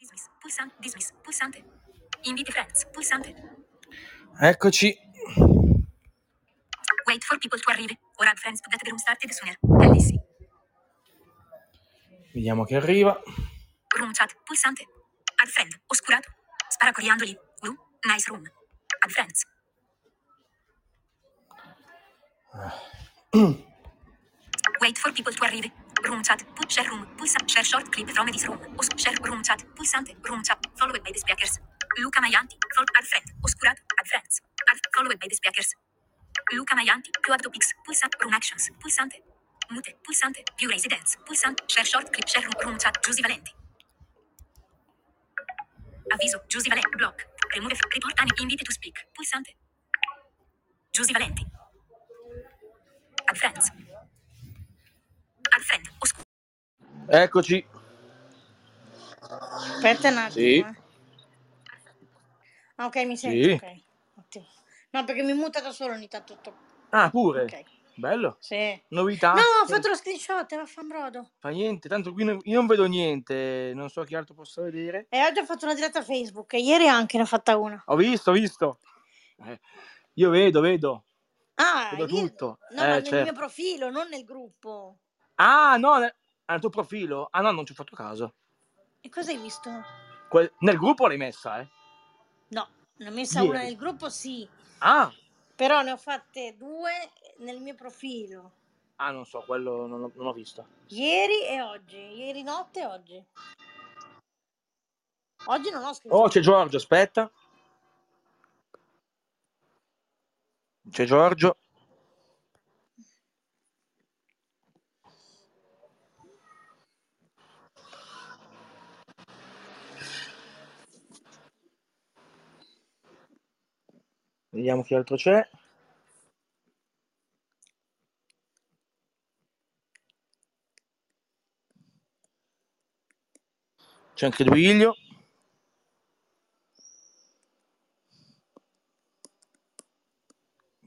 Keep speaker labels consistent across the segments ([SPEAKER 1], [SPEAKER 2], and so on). [SPEAKER 1] Dismiss. Pulsante. Dismiss. Pulsante. Inviti friends. Pulsante.
[SPEAKER 2] Eccoci.
[SPEAKER 1] Wait for people to arrive. Or add friends to get the room started sooner. LC.
[SPEAKER 2] Vediamo che arriva.
[SPEAKER 1] Room chat. Pulsante. Add friend. Oscurato. Spara coriandoli. Woo. Nice room. Add friends. Wait for people to arrive. Room chat. Put share room. Pulsante. Share short clip from this room. Os share room chat. Pulsante. Room chat. Followed by the speakers. Luca Maianti. Follow. Add friend. Oscurato. Add friends. Add. Followed by the speakers. Luca Maianti, Cloud Topics, pulsante, Room Actions, pulsante, Mute, pulsante, View Residence, pulsante, Share Short Clip, Share Room, room Chat, Giusy Valenti, Avviso, Giusy Valenti, Block, Remove, Report an Invite to Speak, pulsante, Giusy Valenti, Add Friends, Add Friend, Oscu,
[SPEAKER 2] Eccoci.
[SPEAKER 3] Aspetta un attimo,
[SPEAKER 2] Sì,
[SPEAKER 3] eh. Ah, ok, mi senti,
[SPEAKER 2] sì.
[SPEAKER 3] ok. Ottimo. No, perché mi muta da solo ogni tanto. to-
[SPEAKER 2] Ah, pure. Ah,
[SPEAKER 3] Ok.
[SPEAKER 2] Bello.
[SPEAKER 3] Sì. No,
[SPEAKER 2] Novità.
[SPEAKER 3] ho fatto lo screenshot, vaffanbrodo.
[SPEAKER 2] Fa niente, tanto qui non- io non vedo niente, non so che altro posso vedere.
[SPEAKER 3] E oggi ho fatto una diretta Facebook e ieri anche ne ho fatta una.
[SPEAKER 2] Ho visto, ho visto. Eh, io vedo, vedo,
[SPEAKER 3] Ah,
[SPEAKER 2] vedo
[SPEAKER 3] ieri...
[SPEAKER 2] tutto.
[SPEAKER 3] No, ma
[SPEAKER 2] Eh,
[SPEAKER 3] nel mio
[SPEAKER 2] certo.
[SPEAKER 3] profilo, non nel gruppo.
[SPEAKER 2] Ah, no, nel, al tuo profilo. Ah, no, non ci ho fatto caso.
[SPEAKER 3] E cosa hai visto?
[SPEAKER 2] Que- nel gruppo l'hai messa, eh?
[SPEAKER 3] No, ne ho messa una
[SPEAKER 2] Ieri.
[SPEAKER 3] nel gruppo, sì.
[SPEAKER 2] Ah,
[SPEAKER 3] Però ne ho fatte due nel mio profilo.
[SPEAKER 2] ah non so, quello non, ho- non ho visto.
[SPEAKER 3] Ieri e oggi. Ieri notte e oggi. Oggi non ho
[SPEAKER 2] Oh, c'è
[SPEAKER 3] screenshot.
[SPEAKER 2] Giorgio, aspetta. C'è Giorgio. Vediamo che altro c'è. C'è anche Duilio.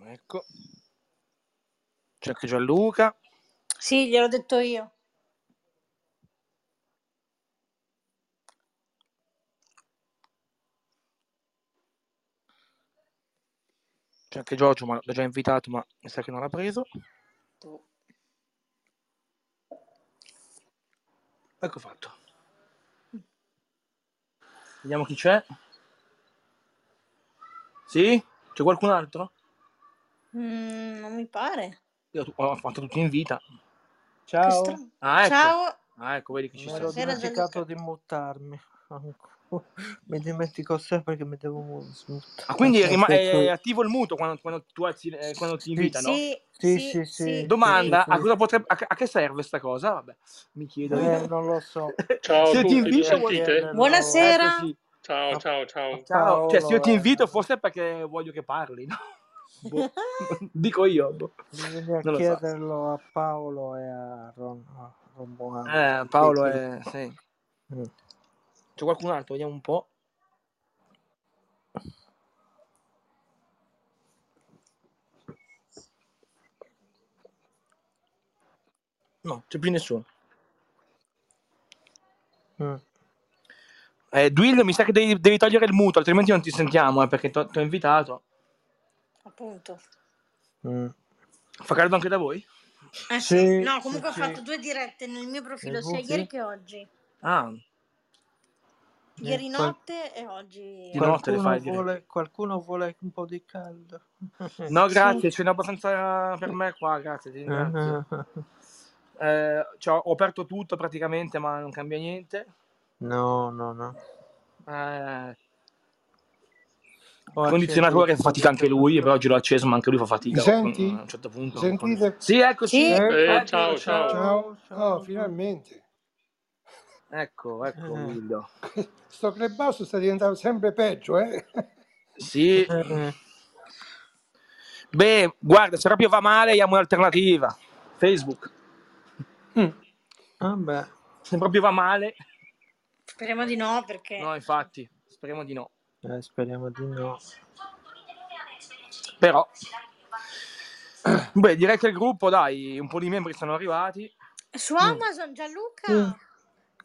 [SPEAKER 2] Ecco. C'è anche Gianluca.
[SPEAKER 3] Sì, gliel'ho detto io.
[SPEAKER 2] C'è anche Giorgio, ma l'ho già invitato, ma mi sa che non l'ha preso.
[SPEAKER 3] Tu.
[SPEAKER 2] Ecco fatto. Vediamo chi c'è. Sì? C'è qualcun altro?
[SPEAKER 3] Mm, non mi pare.
[SPEAKER 2] Io tu- ho fatto tutti in vita.
[SPEAKER 3] Che
[SPEAKER 4] Ciao,
[SPEAKER 3] strano.
[SPEAKER 2] Ah, ecco.
[SPEAKER 3] Ciao,
[SPEAKER 2] Ah, ecco, vedi che ci
[SPEAKER 4] mi
[SPEAKER 2] sono.
[SPEAKER 4] ero
[SPEAKER 3] buonasera
[SPEAKER 4] dimenticato
[SPEAKER 3] Gianluca.
[SPEAKER 4] di mutarmi. ancora. Mi dimentico sempre che mi devo mu- smut-
[SPEAKER 2] Ah, quindi è,
[SPEAKER 4] mettere
[SPEAKER 2] rima-
[SPEAKER 4] sul
[SPEAKER 2] è
[SPEAKER 4] col-
[SPEAKER 2] attivo il muto quando, quando tu alzi, eh, quando ti
[SPEAKER 4] Sì,
[SPEAKER 2] invitano?
[SPEAKER 3] Sì,
[SPEAKER 4] sì,
[SPEAKER 3] sì,
[SPEAKER 4] sì,
[SPEAKER 3] sì,
[SPEAKER 4] sì, sì,
[SPEAKER 3] sì.
[SPEAKER 2] Domanda, a,
[SPEAKER 4] sì.
[SPEAKER 2] cosa potrebbe, a, a che serve sta cosa? Vabbè, mi chiedo io.
[SPEAKER 4] Eh, non lo so.
[SPEAKER 5] Ciao a
[SPEAKER 2] Se ti
[SPEAKER 5] tutti, mi
[SPEAKER 2] invito vuol...
[SPEAKER 5] sentite?
[SPEAKER 4] Mantenerlo
[SPEAKER 2] Ecco
[SPEAKER 3] Buonasera.
[SPEAKER 2] sì.
[SPEAKER 5] Ciao,
[SPEAKER 4] a,
[SPEAKER 5] ciao,
[SPEAKER 4] a
[SPEAKER 5] ciao.
[SPEAKER 2] Ciao. Cioè, se io
[SPEAKER 4] Paolo.
[SPEAKER 2] ti invito
[SPEAKER 4] eh.
[SPEAKER 2] forse è perché voglio che parli, no? Boh. Dico io, boh.
[SPEAKER 4] Bisogna
[SPEAKER 2] Non lo so.
[SPEAKER 4] chiederlo a Paolo e a, Ron, a Romualdo.
[SPEAKER 2] Eh,
[SPEAKER 4] Sì,
[SPEAKER 2] Paolo
[SPEAKER 4] sì.
[SPEAKER 2] è... Sì.
[SPEAKER 4] Mm.
[SPEAKER 2] C'è qualcun altro? Vediamo un po'. No, c'è più nessuno.
[SPEAKER 4] Mm.
[SPEAKER 2] Eh, Duilio, mi sa che devi, devi togliere il muto, altrimenti non ti sentiamo, eh, perché ti ho invitato.
[SPEAKER 3] Appunto.
[SPEAKER 4] Mm.
[SPEAKER 2] Fa caldo anche da voi?
[SPEAKER 3] Eh sì.
[SPEAKER 4] Sì,
[SPEAKER 3] No,
[SPEAKER 4] sì,
[SPEAKER 3] comunque ho fatto
[SPEAKER 4] sì.
[SPEAKER 3] due dirette nel mio
[SPEAKER 4] Nel
[SPEAKER 3] profilo sia
[SPEAKER 4] gruppo?
[SPEAKER 3] ieri
[SPEAKER 2] Sì.
[SPEAKER 3] che oggi.
[SPEAKER 2] Ah,
[SPEAKER 4] Eh,
[SPEAKER 3] Ieri
[SPEAKER 4] qual-
[SPEAKER 3] notte e oggi
[SPEAKER 2] di notte le
[SPEAKER 3] notte.
[SPEAKER 2] fai
[SPEAKER 4] qualcuno,
[SPEAKER 2] dirette.
[SPEAKER 4] vuole, qualcuno vuole un po' di caldo.
[SPEAKER 2] No,
[SPEAKER 3] Sì.
[SPEAKER 2] grazie, ce n'è abbastanza per me qua, grazie, ti
[SPEAKER 4] Ah,
[SPEAKER 2] ringrazio.
[SPEAKER 4] No,
[SPEAKER 2] Eh, cioè, ho aperto tutto praticamente, ma non cambia niente.
[SPEAKER 4] no, no.
[SPEAKER 2] Eh, il
[SPEAKER 4] Ho acceso il
[SPEAKER 2] condizionatore fatica anche lui, però
[SPEAKER 4] condizionatore.
[SPEAKER 2] oggi l'ho acceso, ma anche lui fa
[SPEAKER 6] Mi
[SPEAKER 2] fatica a
[SPEAKER 6] senti?
[SPEAKER 2] un certo
[SPEAKER 6] Mi
[SPEAKER 2] punto. non con-
[SPEAKER 6] sentite?
[SPEAKER 2] Sì, eccoci,
[SPEAKER 3] Sì,
[SPEAKER 5] Eh,
[SPEAKER 2] eccolo,
[SPEAKER 5] ciao,
[SPEAKER 2] ciao.
[SPEAKER 5] ciao.
[SPEAKER 6] Ciao.
[SPEAKER 4] Ciao,
[SPEAKER 6] Oh,
[SPEAKER 4] ciao, ciao.
[SPEAKER 6] finalmente.
[SPEAKER 2] Ecco, ecco,
[SPEAKER 4] Eh,
[SPEAKER 2] Emilio.
[SPEAKER 6] Sto clubhouse sta diventando sempre peggio, eh?
[SPEAKER 2] Sì,
[SPEAKER 4] eh,
[SPEAKER 2] beh, guarda, se proprio va male, abbiamo un'alternativa. Facebook.
[SPEAKER 4] eh.
[SPEAKER 2] Mm.
[SPEAKER 4] Vabbè,
[SPEAKER 2] Se proprio va male,
[SPEAKER 3] Speriamo di no
[SPEAKER 2] no,
[SPEAKER 5] Eh.
[SPEAKER 3] perché
[SPEAKER 2] infatti, speriamo di no.
[SPEAKER 4] eh, speriamo di no.
[SPEAKER 2] Però, beh, direi che il gruppo, dai, un po' di membri sono arrivati.
[SPEAKER 3] su
[SPEAKER 4] Mm.
[SPEAKER 3] Amazon Gianluca.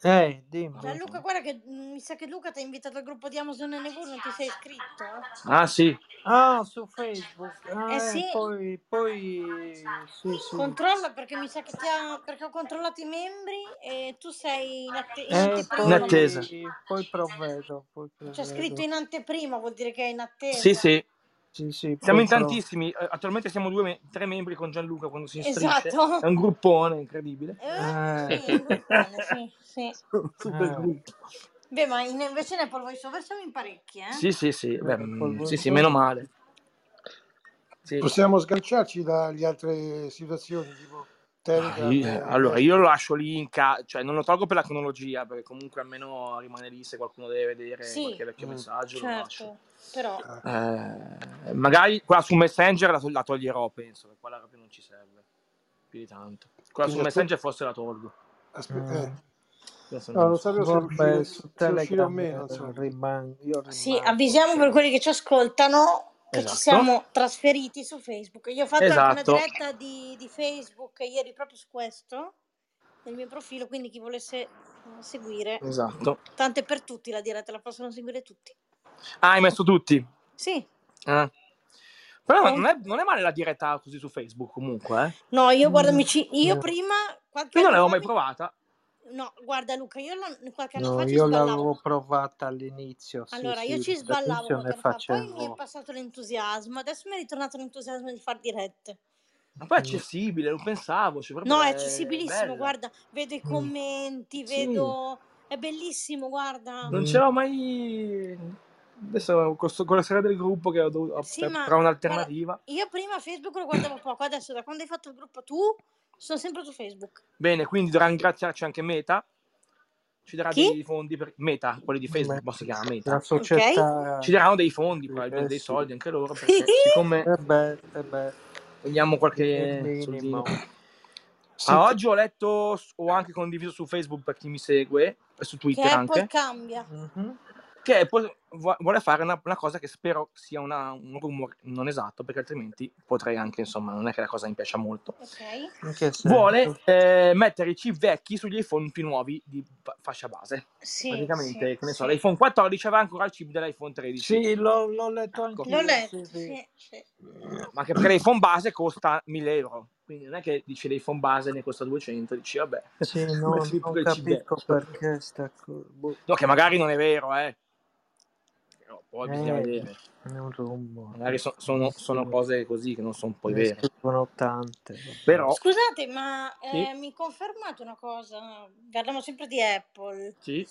[SPEAKER 4] Eh, dimmi.
[SPEAKER 3] Gianluca, guarda che mi sa che Luca ti ha invitato al gruppo di Amazon NV, non ti sei iscritto. eh?
[SPEAKER 2] Ah sì,
[SPEAKER 4] Ah, su Facebook. Ah,
[SPEAKER 3] Eh
[SPEAKER 4] eh,
[SPEAKER 3] sì.
[SPEAKER 4] Poi, poi... Sì, sì.
[SPEAKER 3] Controlla perché mi sa che ti ha... perché ho controllato i membri e tu sei in, atte- in
[SPEAKER 4] Eh,
[SPEAKER 3] anteprima.
[SPEAKER 4] poi,
[SPEAKER 2] In attesa.
[SPEAKER 4] Poi provvedo. Poi
[SPEAKER 3] C'è
[SPEAKER 4] provvedo.
[SPEAKER 3] Cioè, scritto in anteprima, vuol dire che è in attesa.
[SPEAKER 2] sì, sì.
[SPEAKER 4] Sì, sì,
[SPEAKER 2] Siamo
[SPEAKER 4] poi
[SPEAKER 2] in
[SPEAKER 4] provo.
[SPEAKER 2] tantissimi. eh, Attualmente siamo due, me- tre membri con Gianluca quando si strisce.
[SPEAKER 3] Esatto.
[SPEAKER 2] È un gruppone incredibile.
[SPEAKER 3] Eh,
[SPEAKER 4] Eh.
[SPEAKER 3] sì, un gruppone, sì, sì.
[SPEAKER 2] Super gruppo.
[SPEAKER 3] Beh, ma in- invece nel polvoisover siamo in parecchi, eh?
[SPEAKER 2] Sì, sì, sì. Beh, mm,
[SPEAKER 4] Col-
[SPEAKER 2] sì, sì, meno male. Sì.
[SPEAKER 6] Possiamo sganciarci dalle altre situazioni, tipo Telegram.
[SPEAKER 2] Ah, io-
[SPEAKER 6] eh,
[SPEAKER 2] allora, io lo lascio lì in casa, cioè non lo tolgo per la cronologia, perché comunque almeno rimane lì se qualcuno deve vedere
[SPEAKER 3] Sì.
[SPEAKER 2] qualche vecchio
[SPEAKER 4] Mm.
[SPEAKER 2] messaggio. Lo lascio.
[SPEAKER 3] certo. Però
[SPEAKER 6] Ah,
[SPEAKER 2] Eh, magari qua su Messenger la, to- la toglierò, penso, perché quella proprio non ci serve più di tanto. Quella su
[SPEAKER 6] Quindi-
[SPEAKER 2] Messenger forse la tolgo.
[SPEAKER 6] Aspetta, eh.
[SPEAKER 2] Adesso
[SPEAKER 6] No,
[SPEAKER 2] non
[SPEAKER 6] lo
[SPEAKER 2] so.
[SPEAKER 6] sapevo se
[SPEAKER 4] Vabbè,
[SPEAKER 6] uscire,
[SPEAKER 4] su
[SPEAKER 6] se uscire o
[SPEAKER 4] Telegram
[SPEAKER 6] meno.
[SPEAKER 4] eh,
[SPEAKER 6] insomma.
[SPEAKER 4] rimango, io rimango.
[SPEAKER 3] sì, avvisiamo per quelli che ci ascoltano che
[SPEAKER 2] Esatto.
[SPEAKER 3] ci siamo trasferiti su Facebook. Io ho fatto anche
[SPEAKER 2] Esatto.
[SPEAKER 3] una diretta di, di Facebook ieri proprio su questo, nel mio profilo, quindi chi volesse eh, seguire,
[SPEAKER 2] Esatto.
[SPEAKER 3] tanto è per tutti la diretta, la possono seguire tutti.
[SPEAKER 2] Ah, hai messo tutti.
[SPEAKER 3] Sì.
[SPEAKER 2] Eh. Però non è, non è male la diretta così su Facebook comunque. Eh.
[SPEAKER 3] No, io guarda,
[SPEAKER 4] Mm.
[SPEAKER 3] mi ci- io
[SPEAKER 4] No.
[SPEAKER 3] prima qualche
[SPEAKER 2] Io non
[SPEAKER 3] anno
[SPEAKER 2] l'avevo
[SPEAKER 3] fa
[SPEAKER 2] mai
[SPEAKER 3] mi-
[SPEAKER 2] provata.
[SPEAKER 3] No, guarda Luca, io la- qualche anno
[SPEAKER 4] No,
[SPEAKER 3] fa ci
[SPEAKER 4] io
[SPEAKER 3] sballavo.
[SPEAKER 4] l'avevo provata all'inizio. sì,
[SPEAKER 3] Allora, io
[SPEAKER 4] sì,
[SPEAKER 3] ci sballavo
[SPEAKER 4] all'inizio
[SPEAKER 3] qualche
[SPEAKER 4] ne
[SPEAKER 3] anno fa, poi
[SPEAKER 4] facevo.
[SPEAKER 3] mi è passato l'entusiasmo, adesso mi è ritornato l'entusiasmo di far dirette.
[SPEAKER 2] Ma poi è accessibile, non pensavo. cioè, proprio
[SPEAKER 3] No, è accessibilissimo,
[SPEAKER 2] bella.
[SPEAKER 3] guarda, vedo i
[SPEAKER 4] Mm.
[SPEAKER 3] commenti,
[SPEAKER 2] Sì.
[SPEAKER 3] vedo... È bellissimo, guarda.
[SPEAKER 2] Non
[SPEAKER 4] Mm.
[SPEAKER 2] ce l'ho mai. Adesso con, sto- con la sera del gruppo che ho dovuto ho-
[SPEAKER 3] Sì,
[SPEAKER 2] per-
[SPEAKER 3] ma-
[SPEAKER 2] però un'alternativa.
[SPEAKER 3] Io prima Facebook lo guardavo poco, adesso da quando hai fatto il gruppo tu, sono sempre su Facebook.
[SPEAKER 2] Bene, quindi dovrà ringraziarci anche Meta. Ci darà
[SPEAKER 3] Chi?
[SPEAKER 2] dei fondi per Meta, quelli di Facebook,
[SPEAKER 4] Beh,
[SPEAKER 2] posso chiamare
[SPEAKER 4] La
[SPEAKER 2] Meta.
[SPEAKER 4] società...
[SPEAKER 2] Ci daranno dei fondi, probabilmente
[SPEAKER 4] Eh,
[SPEAKER 2] dei
[SPEAKER 4] sì.
[SPEAKER 2] soldi anche loro, perché siccome
[SPEAKER 4] Eh beh, eh beh,
[SPEAKER 2] vogliamo
[SPEAKER 4] il
[SPEAKER 2] qualche
[SPEAKER 4] minimo.
[SPEAKER 2] soldino.
[SPEAKER 6] Sì,
[SPEAKER 2] Ah, oggi ho letto, s- ho anche condiviso su Facebook per chi mi segue, e su
[SPEAKER 3] Che
[SPEAKER 2] Twitter
[SPEAKER 3] Apple
[SPEAKER 2] anche,
[SPEAKER 3] cambia.
[SPEAKER 4] Mhm.
[SPEAKER 2] che Apple vu- vuole fare una, una cosa che spero sia una- un rumore non esatto, perché altrimenti potrei anche, insomma, non è che la cosa mi piaccia molto.
[SPEAKER 3] Ok.
[SPEAKER 4] In che
[SPEAKER 3] Certo.
[SPEAKER 4] senso?
[SPEAKER 2] Vuole eh, mettere i chip vecchi sugli iPhone più nuovi di fa- fascia base.
[SPEAKER 3] Sì,
[SPEAKER 2] Praticamente,
[SPEAKER 3] sì,
[SPEAKER 2] che ne so,
[SPEAKER 3] sì.
[SPEAKER 2] l'iPhone 14 aveva ancora il chip dell'iPhone 13.
[SPEAKER 4] Sì, l'ho, l'ho letto anche
[SPEAKER 3] L'ho letto, sì, sì.
[SPEAKER 2] ma anche perché l'iPhone base costa 1000 euro quindi non è che dici l'iPhone base ne costa 200 dici vabbè
[SPEAKER 4] Sì, no,
[SPEAKER 2] Metti
[SPEAKER 4] non
[SPEAKER 2] pure il chip
[SPEAKER 4] capisco
[SPEAKER 2] dentro.
[SPEAKER 4] perché sta co- boh,
[SPEAKER 2] no che magari non è vero eh Però poi bisogna
[SPEAKER 4] Eh,
[SPEAKER 2] vedere
[SPEAKER 4] è un rumore.
[SPEAKER 2] magari so- sono, sono cose così che non sono poi
[SPEAKER 4] Ne
[SPEAKER 2] vere
[SPEAKER 4] scrivono tante.
[SPEAKER 2] però
[SPEAKER 3] Scusate, ma eh,
[SPEAKER 2] Sì.
[SPEAKER 3] mi confermate una cosa? Parliamo sempre di Apple.
[SPEAKER 2] sì.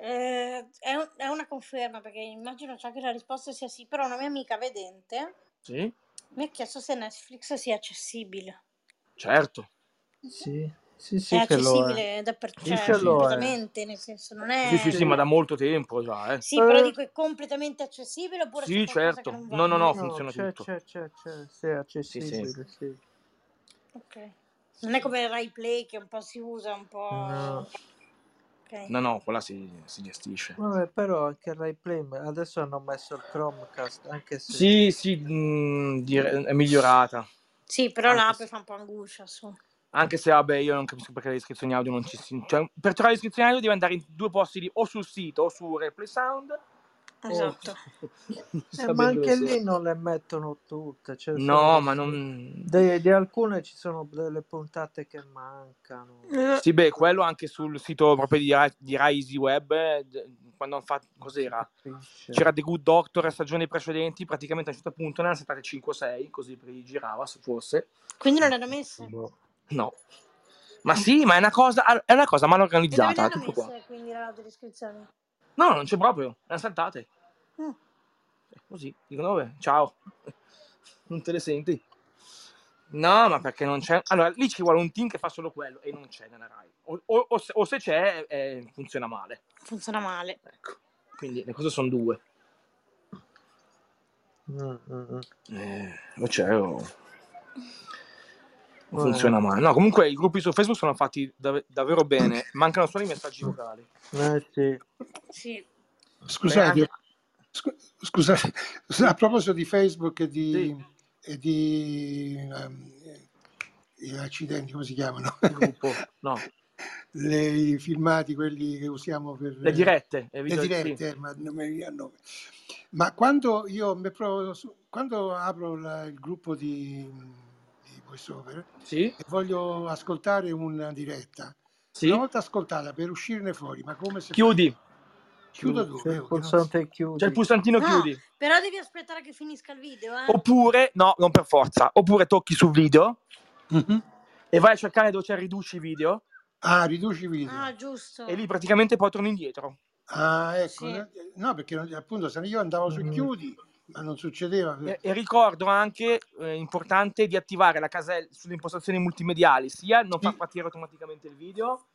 [SPEAKER 3] Eh, è, un- è una conferma perché immagino già che la risposta sia sì, però una mia amica vedente
[SPEAKER 2] sì
[SPEAKER 3] mi ha chiesto se Netflix sia accessibile.
[SPEAKER 2] certo
[SPEAKER 4] Sì, sì, sì,
[SPEAKER 3] è
[SPEAKER 4] che lo è.
[SPEAKER 3] accessibile dappertutto,
[SPEAKER 4] Sì, che lo è.
[SPEAKER 3] completamente, nel senso non è...
[SPEAKER 2] sì sì sì ma da molto tempo già eh.
[SPEAKER 3] Sì, però dico è completamente accessibile oppure
[SPEAKER 2] Sì,
[SPEAKER 3] c'è qualcosa
[SPEAKER 2] certo.
[SPEAKER 3] che non va?
[SPEAKER 2] No, no, no. funziona
[SPEAKER 4] c'è,
[SPEAKER 2] tutto.
[SPEAKER 4] C'è, c'è, c'è, sì, è accessibile,
[SPEAKER 2] Sì,
[SPEAKER 4] sì.
[SPEAKER 3] Ok. Non è come il Rai Play che un po' si usa, un po'...
[SPEAKER 4] No.
[SPEAKER 3] Ok.
[SPEAKER 2] no no quella si, si gestisce
[SPEAKER 4] Vabbè, però anche il Rai Play, ma adesso hanno messo il Chromecast, anche se... Eh,
[SPEAKER 2] sì sì mh, dire- è migliorata
[SPEAKER 3] Sì, però
[SPEAKER 2] Anche
[SPEAKER 3] l'app
[SPEAKER 2] se- Oh.
[SPEAKER 3] fa un po' angoscia, su.
[SPEAKER 2] Anche se, vabbè, io non capisco perché le iscrizioni audio non ci si... Cioè, per trovare le iscrizioni audio devi andare in due posti lì, o sul sito o su Replay Sound. o-
[SPEAKER 3] Esatto.
[SPEAKER 2] Non
[SPEAKER 4] Eh,
[SPEAKER 2] so
[SPEAKER 4] ma
[SPEAKER 2] bene
[SPEAKER 4] anche
[SPEAKER 2] dove
[SPEAKER 4] lì
[SPEAKER 2] sia.
[SPEAKER 4] non le mettono tutte. cioè,
[SPEAKER 2] No,
[SPEAKER 4] sono-
[SPEAKER 2] ma non...
[SPEAKER 4] Di, di alcune ci sono delle puntate che mancano.
[SPEAKER 3] Eh,
[SPEAKER 2] Sì, beh, quello anche sul sito proprio di, Ra- di Rai Easy Web, eh, d- quando hanno fatto... Cos'era?
[SPEAKER 4] Capisce?
[SPEAKER 2] C'era The Good Doctor a stagioni precedenti, praticamente a un certo punto ne hanno saltate 5 o 6, così per girava, se fosse.
[SPEAKER 3] Quindi non l'hanno messa?
[SPEAKER 4] Boh.
[SPEAKER 2] No. Ma sì, ma è una cosa, è una cosa mal
[SPEAKER 3] E dove
[SPEAKER 2] organizzata,
[SPEAKER 3] l'hanno
[SPEAKER 2] tutto
[SPEAKER 3] messa
[SPEAKER 2] qua.
[SPEAKER 3] quindi la descrizione?
[SPEAKER 2] No, non c'è proprio, le hanno saltate.
[SPEAKER 3] Mm.
[SPEAKER 2] Eh, Così, dicono, vabbè, ciao. Non te le senti? No, ma perché non c'è... Allora, lì ci vuole un team che fa solo quello e non c'è nella RAI. O, o- o se, o se c'è, eh, funziona male.
[SPEAKER 3] Funziona male.
[SPEAKER 2] Ecco. Quindi le cose sono due.
[SPEAKER 4] Mm, mm, mm.
[SPEAKER 2] Eh, o c'è o... o funziona male. No, comunque i gruppi su Facebook sono fatti dav- davvero bene. Mancano solo i messaggi vocali.
[SPEAKER 4] Eh, sì.
[SPEAKER 3] Sì.
[SPEAKER 6] Scusate,
[SPEAKER 2] Beh,
[SPEAKER 6] scu- scusate, a proposito di Facebook e di...
[SPEAKER 2] Sì.
[SPEAKER 6] E di ehm, eh, accidenti, come si chiamano?
[SPEAKER 2] Gruppo, no.
[SPEAKER 6] le- i filmati, quelli che usiamo per
[SPEAKER 2] Le dirette. eh,
[SPEAKER 6] le
[SPEAKER 2] video- sì.
[SPEAKER 6] dirette, ma, non mi viene il nome. Ma quando io mi provo su- quando apro la- il gruppo di, di voiceover
[SPEAKER 2] Sì,
[SPEAKER 6] e voglio ascoltare una diretta,
[SPEAKER 2] sì.
[SPEAKER 6] una volta ascoltata per uscirne fuori, ma come se
[SPEAKER 2] Chiudi.
[SPEAKER 6] chiudo
[SPEAKER 4] C'è
[SPEAKER 6] dove?
[SPEAKER 4] il
[SPEAKER 6] Oh, che non
[SPEAKER 4] pulsante chiudi.
[SPEAKER 2] C'è il pulsantino
[SPEAKER 3] No.
[SPEAKER 2] chiudi.
[SPEAKER 3] Però devi aspettare che finisca il video, eh.
[SPEAKER 2] Oppure, no, non per forza. Oppure tocchi su video
[SPEAKER 6] so. Mhm.
[SPEAKER 2] e vai a cercare dove c'è riduci video
[SPEAKER 6] Ah, riduci i video.
[SPEAKER 3] Ah, giusto.
[SPEAKER 2] e lì praticamente poi torni indietro.
[SPEAKER 6] Ah, ecco,
[SPEAKER 3] Sì.
[SPEAKER 6] no, no, perché non- appunto se io andavo su
[SPEAKER 4] Mm. Eh,
[SPEAKER 6] chiudi, ma non succedeva.
[SPEAKER 2] E, e ricordo anche, eh, importante, di attivare la casella sulle impostazioni multimediali, sia non far
[SPEAKER 6] Sì.
[SPEAKER 2] partire automaticamente il video,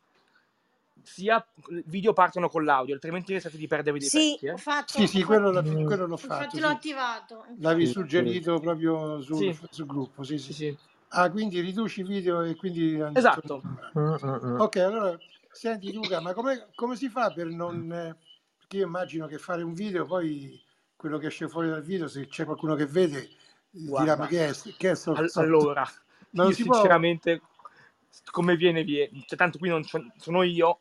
[SPEAKER 2] sia il video partono con l'audio, altrimenti rischiate di perdervi dei
[SPEAKER 3] Sì,
[SPEAKER 2] pezzi. eh.
[SPEAKER 3] ho fatto.
[SPEAKER 6] Sì, sì,
[SPEAKER 3] ho
[SPEAKER 6] quello, l'ho-
[SPEAKER 4] Mm.
[SPEAKER 6] quello l'ho
[SPEAKER 3] fatto- Infatti
[SPEAKER 6] fatto.
[SPEAKER 3] l'ho
[SPEAKER 6] Sì.
[SPEAKER 3] attivato.
[SPEAKER 6] L'avevi
[SPEAKER 4] Sì, sì.
[SPEAKER 6] suggerito proprio sul,
[SPEAKER 2] Sì.
[SPEAKER 6] sul gruppo. Sì, sì.
[SPEAKER 2] Sì, sì.
[SPEAKER 6] Ah, quindi riduci i video e quindi...
[SPEAKER 2] Esatto.
[SPEAKER 4] Mm, mm, mm.
[SPEAKER 6] Ok, allora, senti Luca, ma come, come si fa per non... eh, Perché io immagino che fare un video, poi quello che esce fuori dal video, se c'è qualcuno che vede, eh, dirà
[SPEAKER 2] Guarda.
[SPEAKER 6] ma che è? Che è sto-
[SPEAKER 2] Al-
[SPEAKER 6] sto-"
[SPEAKER 2] allora,
[SPEAKER 6] Ma non
[SPEAKER 2] io
[SPEAKER 6] si può-
[SPEAKER 2] sinceramente, come viene, viene. Cioè, tanto qui non c'ho- sono io,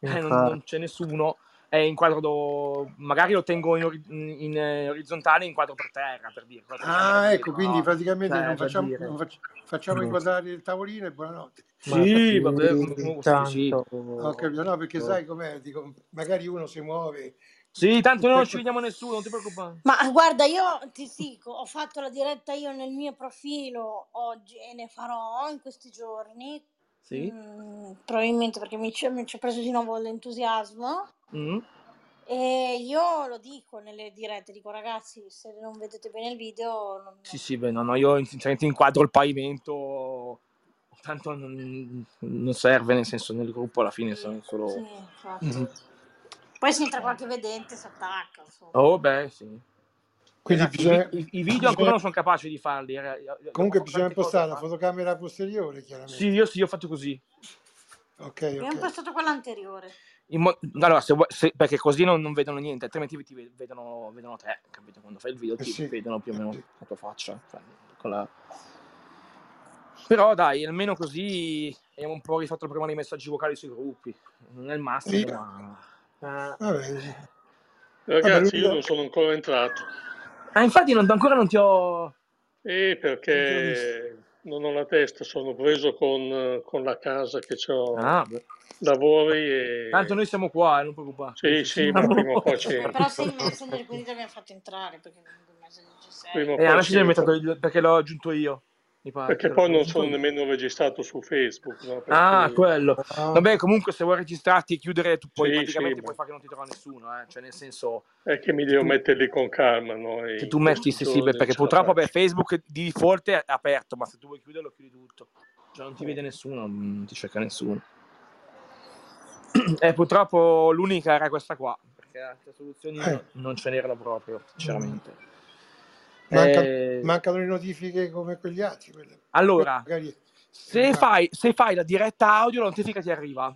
[SPEAKER 2] eh, non, non c'è nessuno. È in quadro, magari lo tengo in, ori- in, eh, orizzontale, in quadro per terra per dire. quadro per terra
[SPEAKER 6] Ah,
[SPEAKER 2] per
[SPEAKER 6] ecco,
[SPEAKER 2] dire,
[SPEAKER 6] quindi
[SPEAKER 2] no?
[SPEAKER 6] praticamente
[SPEAKER 2] Cioè,
[SPEAKER 6] non
[SPEAKER 2] per
[SPEAKER 6] facciamo,
[SPEAKER 2] dire.
[SPEAKER 6] non fac- facciamo
[SPEAKER 4] Mm.
[SPEAKER 6] inquadrare il tavolino e buonanotte.
[SPEAKER 4] Ma
[SPEAKER 2] Sì, vabbè, come, come
[SPEAKER 4] sì,
[SPEAKER 2] sì, sì.
[SPEAKER 4] tanto.
[SPEAKER 6] Ho capito, no, perché
[SPEAKER 4] Oh.
[SPEAKER 6] sai com'è, dico, magari uno si muove.
[SPEAKER 2] Sì, tanto noi non ci vediamo nessuno, non ti preoccupare.
[SPEAKER 3] Ma guarda, io ti dico, ho fatto la diretta io nel mio profilo oggi e ne farò in questi giorni.
[SPEAKER 2] Sì.
[SPEAKER 3] Mm, probabilmente perché mi ci mi ci ha preso di nuovo l'entusiasmo.
[SPEAKER 2] Mm.
[SPEAKER 3] E io lo dico nelle dirette, dico ragazzi, se non vedete bene il video, non-
[SPEAKER 2] Sì, sì, beh, no, no, io sinceramente inquadro il pavimento, tanto non, non serve, nel senso, nel gruppo alla fine sono solo...
[SPEAKER 3] Sì, infatti.
[SPEAKER 2] Mhm.
[SPEAKER 3] Poi se entra qualche vedente si attacca, insomma.
[SPEAKER 2] Oh, beh, sì.
[SPEAKER 6] Quindi
[SPEAKER 2] Ragazzi,
[SPEAKER 6] bisogna-
[SPEAKER 2] i, i- i video ancora
[SPEAKER 6] bisogna-
[SPEAKER 2] non sono capaci di farli. eh, io- io-
[SPEAKER 6] Comunque
[SPEAKER 2] ho
[SPEAKER 6] bisogna
[SPEAKER 2] tante cose
[SPEAKER 6] impostare
[SPEAKER 2] da
[SPEAKER 6] la
[SPEAKER 2] fare.
[SPEAKER 6] fotocamera posteriore, chiaramente.
[SPEAKER 2] Sì, io sì, ho fatto così.
[SPEAKER 6] Ok,
[SPEAKER 3] Abbiamo
[SPEAKER 6] ok.
[SPEAKER 3] impostato quella anteriore.
[SPEAKER 2] In mo- allora, se vuoi- se- perché così non, non vedono niente, altrimenti ti ve- vedono, vedono te, capito? Quando fai il video
[SPEAKER 6] Eh
[SPEAKER 2] ti
[SPEAKER 6] sì.
[SPEAKER 2] vedono più o meno
[SPEAKER 6] Sì.
[SPEAKER 2] la tua faccia. cioè, con la- Però dai, almeno così abbiamo un po' rifatto il problema dei messaggi vocali sui gruppi. Non è il massimo,
[SPEAKER 6] Sì.
[SPEAKER 2] ma...
[SPEAKER 4] eh,
[SPEAKER 2] Ah,
[SPEAKER 6] Vabbè, sì.
[SPEAKER 5] Ragazzi,
[SPEAKER 6] Luca-
[SPEAKER 5] io non sono ancora entrato.
[SPEAKER 2] Ah, infatti non- ancora non ti ho... Non te l'ho
[SPEAKER 5] Eh, perché non ho la testa, sono preso con, con la casa che ho
[SPEAKER 2] Ah, beh.
[SPEAKER 5] lavori e...
[SPEAKER 2] Tanto noi siamo qua, eh, non preoccuparti.
[SPEAKER 5] Sì, sì, ma prima o poi ci
[SPEAKER 3] Beh,
[SPEAKER 5] entro.
[SPEAKER 3] però sei il messenger, quindi ti abbiamo fatto entrare, perché comunque il messenger ci
[SPEAKER 5] Prima
[SPEAKER 3] sei.
[SPEAKER 5] o
[SPEAKER 2] Eh,
[SPEAKER 5] poi
[SPEAKER 2] adesso
[SPEAKER 5] ci
[SPEAKER 2] ci abbiamo
[SPEAKER 5] entro.
[SPEAKER 2] inventato il- perché l'ho aggiunto io. Mi pare.
[SPEAKER 5] Perché
[SPEAKER 2] L'ho
[SPEAKER 5] poi non
[SPEAKER 2] aggiunto
[SPEAKER 5] sono
[SPEAKER 2] io.
[SPEAKER 5] nemmeno registrato su Facebook. No? Per
[SPEAKER 2] Ah,
[SPEAKER 5] cui-
[SPEAKER 2] quello.
[SPEAKER 4] Ah,
[SPEAKER 2] Vabbè, comunque se vuoi registrarti e chiudere, tu puoi
[SPEAKER 5] Sì,
[SPEAKER 2] praticamente
[SPEAKER 5] sì,
[SPEAKER 2] puoi
[SPEAKER 5] ma-
[SPEAKER 2] fare che non ti trova nessuno, eh. Cioè, nel senso
[SPEAKER 5] è che mi
[SPEAKER 2] che
[SPEAKER 5] devo
[SPEAKER 2] tu,
[SPEAKER 5] mettere lì con calma. No? E cioè,
[SPEAKER 2] che
[SPEAKER 5] in
[SPEAKER 2] tu metti
[SPEAKER 5] questi
[SPEAKER 2] sì, sì, beh,
[SPEAKER 5] giorni non
[SPEAKER 2] perché
[SPEAKER 5] ce la
[SPEAKER 2] purtroppo beh,
[SPEAKER 5] faccio.
[SPEAKER 2] Facebook di default è aperto, ma se tu vuoi chiuderlo, chiudi tutto. Cioè, non ti
[SPEAKER 5] Mm.
[SPEAKER 2] vede nessuno, non ti cerca nessuno. E purtroppo l'unica era questa qua, perché altre soluzioni
[SPEAKER 6] Eh,
[SPEAKER 2] no- non ce n'erano proprio, sinceramente.
[SPEAKER 6] manca-
[SPEAKER 2] Eh,
[SPEAKER 6] mancano le notifiche come quegli altri. quelle- quelle
[SPEAKER 2] allora,
[SPEAKER 6] magari-
[SPEAKER 2] se fai, se fai la diretta audio, la notifica ti arriva.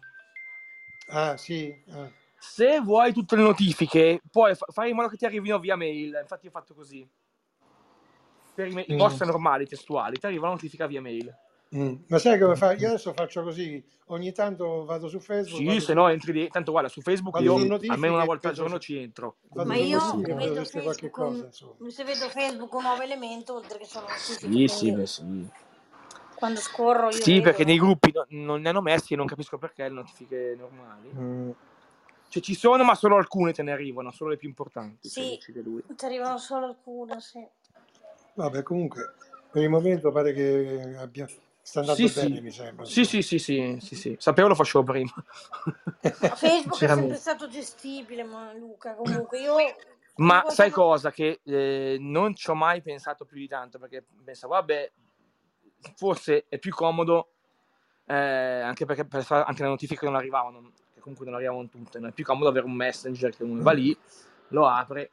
[SPEAKER 6] Ah, sì. ah.
[SPEAKER 2] Se vuoi tutte le notifiche, poi fa- fai in modo che ti arrivino via mail. Infatti, ho fatto così. Per i, me- i
[SPEAKER 6] Mm,
[SPEAKER 2] boss normali, testuali, ti arriva la notifica via mail.
[SPEAKER 6] mm. Ma sai come fa? Io adesso faccio così. Ogni tanto vado su Facebook.
[SPEAKER 2] Sì,
[SPEAKER 6] vado
[SPEAKER 2] se
[SPEAKER 6] su-
[SPEAKER 2] no entri di... Tanto guarda, su Facebook
[SPEAKER 6] Vado
[SPEAKER 2] io
[SPEAKER 6] su notifiche
[SPEAKER 2] almeno una
[SPEAKER 6] e
[SPEAKER 2] volta al
[SPEAKER 6] vedo
[SPEAKER 2] giorno
[SPEAKER 6] se-
[SPEAKER 2] ci entro.
[SPEAKER 6] vado
[SPEAKER 3] Ma
[SPEAKER 6] su
[SPEAKER 3] io
[SPEAKER 6] notifiche e vedo
[SPEAKER 3] vedo
[SPEAKER 6] se qualche
[SPEAKER 3] Facebook,
[SPEAKER 6] cosa,
[SPEAKER 3] un-
[SPEAKER 6] insomma.
[SPEAKER 3] se vedo Facebook un nuovo elemento, oltre che sono notifiche,
[SPEAKER 2] Sì, sì,
[SPEAKER 3] quindi
[SPEAKER 2] beh, sì.
[SPEAKER 3] quando scorro io
[SPEAKER 2] Sì,
[SPEAKER 3] vedo.
[SPEAKER 2] perché nei gruppi no- non ne hanno messi e non capisco perché le notifiche normali.
[SPEAKER 4] mm,
[SPEAKER 2] Cioè, ci sono, ma solo alcune te ne arrivano, solo le più importanti. Se
[SPEAKER 3] Sì,
[SPEAKER 2] decide lui.
[SPEAKER 3] ti arrivano solo alcune, sì.
[SPEAKER 2] Eh,
[SPEAKER 6] Vabbè, comunque, per il momento pare che abbia... sta andando
[SPEAKER 2] Sì,
[SPEAKER 6] bene,
[SPEAKER 2] sì.
[SPEAKER 6] mi sembra.
[SPEAKER 2] Sì, sì, sì, sì, sì, sì. Sapevo lo facevo prima.
[SPEAKER 3] Facebook è sempre
[SPEAKER 2] Sinceramente.
[SPEAKER 3] stato gestibile, ma Luca, comunque io...
[SPEAKER 2] Ma sai
[SPEAKER 3] guardavo-
[SPEAKER 2] cosa? Che eh, non ci ho mai pensato più di tanto perché pensavo, vabbè, forse è più comodo, eh, anche perché per fa- anche le notifiche non arrivavano, che comunque non arrivavano tutte, no? è più comodo avere un messenger che uno va lì, lo apre,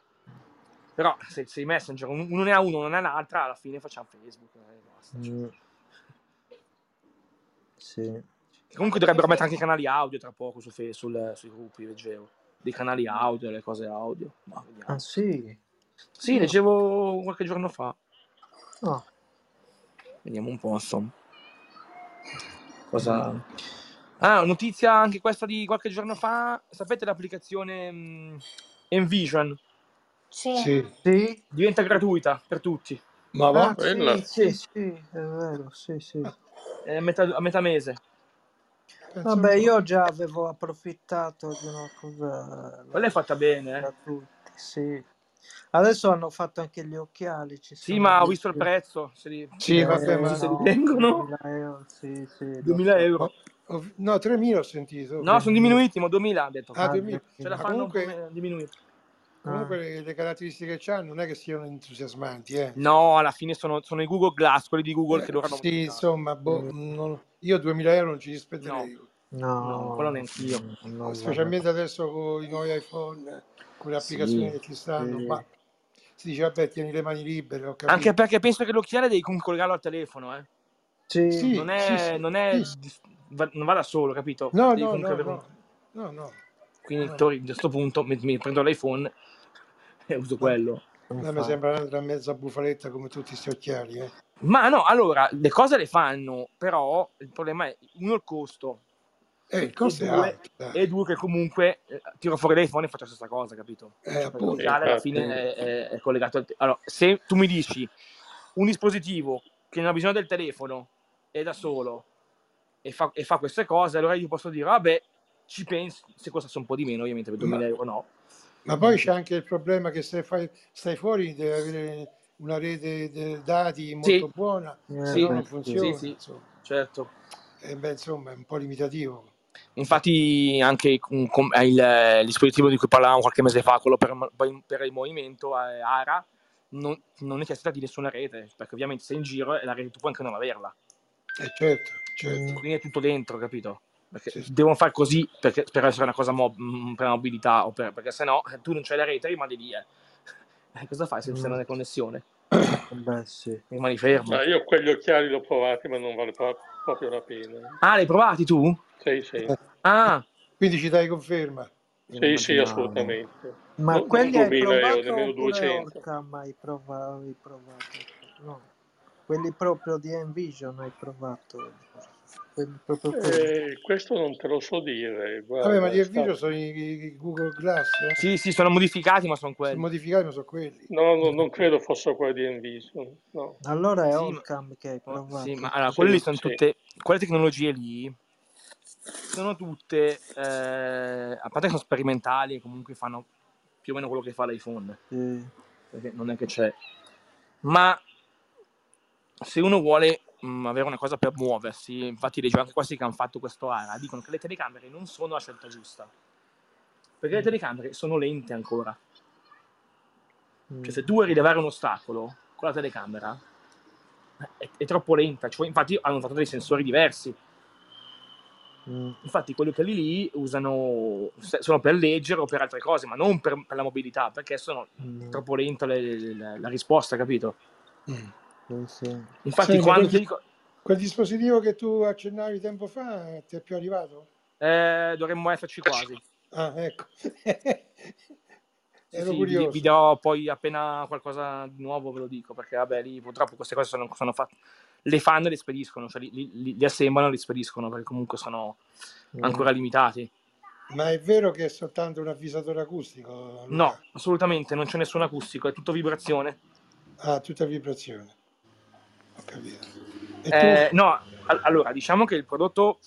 [SPEAKER 2] però se, se i messenger un- uno ne ha uno, uno ne ha l'altra, alla fine facciamo Facebook. eh, basta, cioè.
[SPEAKER 4] mm, sì.
[SPEAKER 2] Comunque dovrebbero mettere anche i canali audio tra poco su Fe- sul- sui gruppi, leggevo, dei canali audio, le cose audio. Ma vediamo.
[SPEAKER 4] Ah, sì.
[SPEAKER 2] Sì, leggevo qualche giorno fa.
[SPEAKER 4] Ah,
[SPEAKER 2] Vediamo un po', insomma, cosa... Ah, notizia anche questa di qualche giorno fa. Sapete l'applicazione mm, Envision?
[SPEAKER 3] Sì.
[SPEAKER 6] Sì.
[SPEAKER 4] Sì?
[SPEAKER 2] Diventa gratuita per tutti.
[SPEAKER 5] Ma va,
[SPEAKER 4] Ah,
[SPEAKER 5] quella.
[SPEAKER 4] sì, sì, sì, è vero, sì, sì.
[SPEAKER 6] Ah,
[SPEAKER 2] È a metà, a metà mese.
[SPEAKER 6] Penso
[SPEAKER 4] Vabbè,
[SPEAKER 6] un po'.
[SPEAKER 4] io già avevo approfittato di una cosa
[SPEAKER 2] Quella è fatta bene.
[SPEAKER 4] da
[SPEAKER 2] eh.
[SPEAKER 4] tutti, sì. Adesso hanno fatto anche gli occhiali, ci
[SPEAKER 2] Sì,
[SPEAKER 4] sono
[SPEAKER 2] ma ho
[SPEAKER 4] gli
[SPEAKER 2] visto il
[SPEAKER 4] occhiali.
[SPEAKER 2] prezzo. Se li...
[SPEAKER 6] Sì,
[SPEAKER 4] Eh,
[SPEAKER 6] vabbè, ma- Oh.
[SPEAKER 2] se li
[SPEAKER 4] no,
[SPEAKER 2] tengono.
[SPEAKER 4] 2000 euro, sì, sì, lo
[SPEAKER 2] 2000
[SPEAKER 4] so.
[SPEAKER 2] euro.
[SPEAKER 6] Ho- ho- No, 3.000 ho sentito.
[SPEAKER 2] No, sono diminuiti, ma 2000 ha detto.
[SPEAKER 6] Ah,
[SPEAKER 4] Ah,
[SPEAKER 6] 2.000.
[SPEAKER 2] Ce la
[SPEAKER 6] Ma
[SPEAKER 2] fanno
[SPEAKER 6] comunque-
[SPEAKER 2] come diminuiti.
[SPEAKER 6] Comunque le, le caratteristiche che ha non è che siano entusiasmanti, eh.
[SPEAKER 2] No, alla fine sono, sono i Google Glass, quelli di Google che
[SPEAKER 6] Eh,
[SPEAKER 2] dovranno
[SPEAKER 6] sì,
[SPEAKER 2] modificare.
[SPEAKER 6] insomma, boh,
[SPEAKER 2] Mm.
[SPEAKER 6] non- io 2000 euro non ci rispetterei,
[SPEAKER 4] No,
[SPEAKER 2] No, quello neanch'io.
[SPEAKER 4] mm, non
[SPEAKER 6] specialmente adesso con i nuovi iPhone, con le
[SPEAKER 2] Sì,
[SPEAKER 6] applicazioni che ci stanno.
[SPEAKER 4] sì.
[SPEAKER 6] Ma si dice, vabbè, tieni le mani libere, ho capito.
[SPEAKER 2] Anche perché penso che l'occhiale devi comunque collegarlo al telefono, eh.
[SPEAKER 4] Sì,
[SPEAKER 6] Sì,
[SPEAKER 2] Non è,
[SPEAKER 6] sì,
[SPEAKER 2] non
[SPEAKER 6] sì,
[SPEAKER 2] è,
[SPEAKER 6] sì.
[SPEAKER 2] dis- va- non va da solo, capito?
[SPEAKER 6] No,
[SPEAKER 2] Devi
[SPEAKER 6] no,
[SPEAKER 2] comunque
[SPEAKER 6] no,
[SPEAKER 2] avere un...
[SPEAKER 6] no, no, no.
[SPEAKER 2] Quindi
[SPEAKER 6] no.
[SPEAKER 2] Tori, a questo punto mi, mi prendo l'iPhone e uso
[SPEAKER 6] Ma-
[SPEAKER 2] quello.
[SPEAKER 6] A me sembra un'altra mezza bufaletta come tutti questi occhiali, eh.
[SPEAKER 2] Ma no, allora, le cose le fanno, però il problema è, uno, il costo,
[SPEAKER 6] Eh, il
[SPEAKER 2] e
[SPEAKER 6] costo è
[SPEAKER 2] due,
[SPEAKER 6] alto, eh, dai.
[SPEAKER 2] e due che comunque eh, tiro fuori l'iPhone e faccio la stessa cosa, capito?
[SPEAKER 6] Eh,
[SPEAKER 2] Cioè, perché
[SPEAKER 6] appunto.
[SPEAKER 2] l'occhiale alla fine
[SPEAKER 5] Infatti.
[SPEAKER 2] è, è- è collegato al... te- allora, se tu mi dici un dispositivo che non ha bisogno del telefono, è da solo, e fa, e fa queste cose, allora io posso dire, vabbè, ci pensi, se costasse un po' di meno, ovviamente per
[SPEAKER 6] Ma-
[SPEAKER 2] 2000 euro no.
[SPEAKER 6] Ma poi c'è anche il problema che se fai- stai fuori devi avere una rete di dati molto
[SPEAKER 2] Sì,
[SPEAKER 6] buona,
[SPEAKER 4] eh,
[SPEAKER 6] se
[SPEAKER 2] Eh, sì,
[SPEAKER 6] no non
[SPEAKER 2] sì,
[SPEAKER 6] funziona.
[SPEAKER 2] sì,
[SPEAKER 6] Insomma.
[SPEAKER 2] certo.
[SPEAKER 6] E beh, insomma, è un po' limitativo.
[SPEAKER 2] Infatti anche con- con- eh, il, eh, il dispositivo di cui parlavamo qualche mese fa, quello per, per il movimento, eh, ARA, non, non necessita di nessuna rete, perché ovviamente sei in giro e la rete tu puoi anche non averla.
[SPEAKER 6] Eh, certo, certo.
[SPEAKER 2] Quindi è tutto dentro, capito? Perché
[SPEAKER 6] Sì, sì.
[SPEAKER 2] devono fare così perché- per essere una cosa mo- mh, per la mobilità, o per- perché sennò eh, tu non c'hai la rete e rimani lì. Eh. Eh, cosa fai se non c'è
[SPEAKER 4] Mm.
[SPEAKER 2] una connessione?
[SPEAKER 4] Beh, sì.
[SPEAKER 2] Rimani fermo.
[SPEAKER 5] eh. Ma io quegli occhiali li ho provati, ma non vale pro- proprio la pena.
[SPEAKER 2] Ah, l'hai provati tu?
[SPEAKER 5] Sì, sì,
[SPEAKER 2] Ah,
[SPEAKER 6] Quindi ci dai conferma.
[SPEAKER 2] Eh,
[SPEAKER 5] sì, sì,
[SPEAKER 2] immaginavo.
[SPEAKER 5] assolutamente.
[SPEAKER 4] Ma
[SPEAKER 5] No, non
[SPEAKER 4] quelli hai
[SPEAKER 2] eh,
[SPEAKER 5] 2000 euro,
[SPEAKER 4] provato
[SPEAKER 5] nemmeno
[SPEAKER 4] oppure
[SPEAKER 5] 200.
[SPEAKER 4] Orcam hai provato? Hai provato? No, quelli proprio di Envision hai provato? Quelli proprio quelli?
[SPEAKER 5] Eh, questo non te lo so dire,
[SPEAKER 6] Vabbè, ma
[SPEAKER 5] guarda,
[SPEAKER 6] gli
[SPEAKER 5] è stato...
[SPEAKER 6] video sono i, i Google Glass, eh?
[SPEAKER 2] eh, Sì, sì, sono modificati, ma sono
[SPEAKER 6] sono
[SPEAKER 2] quelli.
[SPEAKER 6] modificati, ma sono quelli.
[SPEAKER 5] No, no, non credo fossero quelli di Envision, no.
[SPEAKER 4] Allora è
[SPEAKER 2] Sì, ma...
[SPEAKER 4] Orcam che hai
[SPEAKER 2] Oh,
[SPEAKER 6] Ah,
[SPEAKER 2] Sì, ma
[SPEAKER 4] provato?
[SPEAKER 2] allora, quelle lì
[SPEAKER 5] Sì,
[SPEAKER 2] sono
[SPEAKER 5] sì.
[SPEAKER 2] tutte, quelle tecnologie lì sono tutte, eh, a parte che sono sperimentali e comunque fanno più o meno quello che fa l'iPhone,
[SPEAKER 4] Sì.
[SPEAKER 2] perché non è che c'è, ma se uno vuole mh, avere una cosa per muoversi, infatti leggo anche questi che hanno fatto questo ARA, dicono che le telecamere non sono la scelta giusta, perché le telecamere sono lente ancora, cioè se tu vuoi rilevare un ostacolo con la telecamera è, è troppo lenta, cioè, infatti hanno usato dei sensori diversi.
[SPEAKER 4] Mm.
[SPEAKER 2] Infatti, quelli che lì lì usano se- sono per leggere o per altre cose, ma non per, per la mobilità, perché sono
[SPEAKER 4] Mm.
[SPEAKER 2] troppo lenta le- le- le- la risposta, capito?
[SPEAKER 6] Mm.
[SPEAKER 4] Sì, sì.
[SPEAKER 2] Infatti,
[SPEAKER 6] Senti,
[SPEAKER 2] quando
[SPEAKER 6] quel,
[SPEAKER 2] ti
[SPEAKER 6] di-
[SPEAKER 2] dico
[SPEAKER 6] quel dispositivo che tu accennavi tempo fa eh, ti è più arrivato?
[SPEAKER 2] eh, dovremmo esserci quasi.
[SPEAKER 6] Ah, ecco.
[SPEAKER 2] Sì,
[SPEAKER 6] Ero
[SPEAKER 2] sì, vi, vi
[SPEAKER 6] curioso.
[SPEAKER 2] do poi appena qualcosa di nuovo, ve lo dico, perché vabbè, lì purtroppo queste cose sono, sono fatte. Le fanno e le spediscono, cioè li, li- li- li assemblano e li spediscono, perché comunque sono
[SPEAKER 4] Mm.
[SPEAKER 2] ancora limitati.
[SPEAKER 6] Ma è vero che è soltanto un avvisatore acustico, Luca?
[SPEAKER 2] No, assolutamente, non c'è nessun acustico, è tutto vibrazione.
[SPEAKER 6] Ah, tutta vibrazione. Ho capito. E tu?
[SPEAKER 2] Eh, no, al- allora diciamo che il prodotto,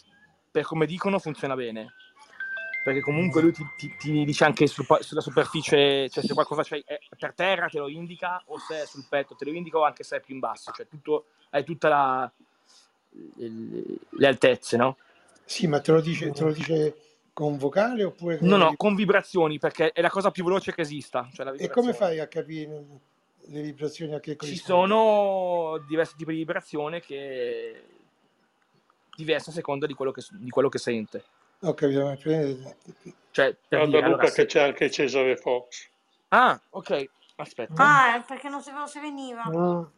[SPEAKER 2] per come dicono, funziona bene. Perché comunque lui ti, ti- ti dice anche sul pa- sulla superficie, cioè se qualcosa c'è è per terra te lo indica, o se è sul petto te lo indica, o anche se è più in basso, cioè tutto, hai tutte le altezze, no?
[SPEAKER 6] Sì, ma te lo dice, te lo dice con vocale oppure te lo
[SPEAKER 2] No, no,
[SPEAKER 6] devi-
[SPEAKER 2] con vibrazioni, perché è la cosa più veloce che esista, cioè la
[SPEAKER 6] E come
[SPEAKER 2] vibrazione.
[SPEAKER 6] fai a capire le vibrazioni a che
[SPEAKER 2] Ci
[SPEAKER 6] corrispondono?
[SPEAKER 2] sono diversi tipi di vibrazione che diversa a seconda di quello che, di quello che sente.
[SPEAKER 6] Ho capito, ma per-
[SPEAKER 2] Cioè, per
[SPEAKER 5] Guarda
[SPEAKER 2] dire, allora,
[SPEAKER 5] Luca Ah, che
[SPEAKER 2] se,
[SPEAKER 5] c'è anche Cesare Fox.
[SPEAKER 2] Ah, ok, aspetta.
[SPEAKER 4] Mm.
[SPEAKER 3] Ah, è perché non sapevo se veniva.
[SPEAKER 2] Mm.
[SPEAKER 4] Ah.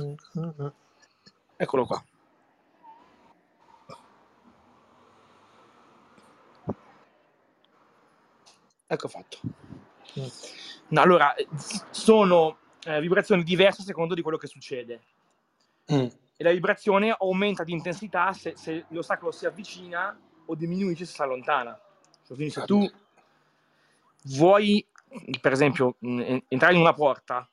[SPEAKER 4] Mm, mm, mm.
[SPEAKER 2] Eccolo qua. Ecco fatto. No, allora, eh, s- sono eh, vibrazioni diverse a secondo di quello che succede.
[SPEAKER 4] Mm.
[SPEAKER 2] E la vibrazione aumenta di intensità se, se l'ostacolo si avvicina o diminuisce se si allontana. Cioè, Quindi se tu vuoi, per esempio, mh, en- entrare in una porta,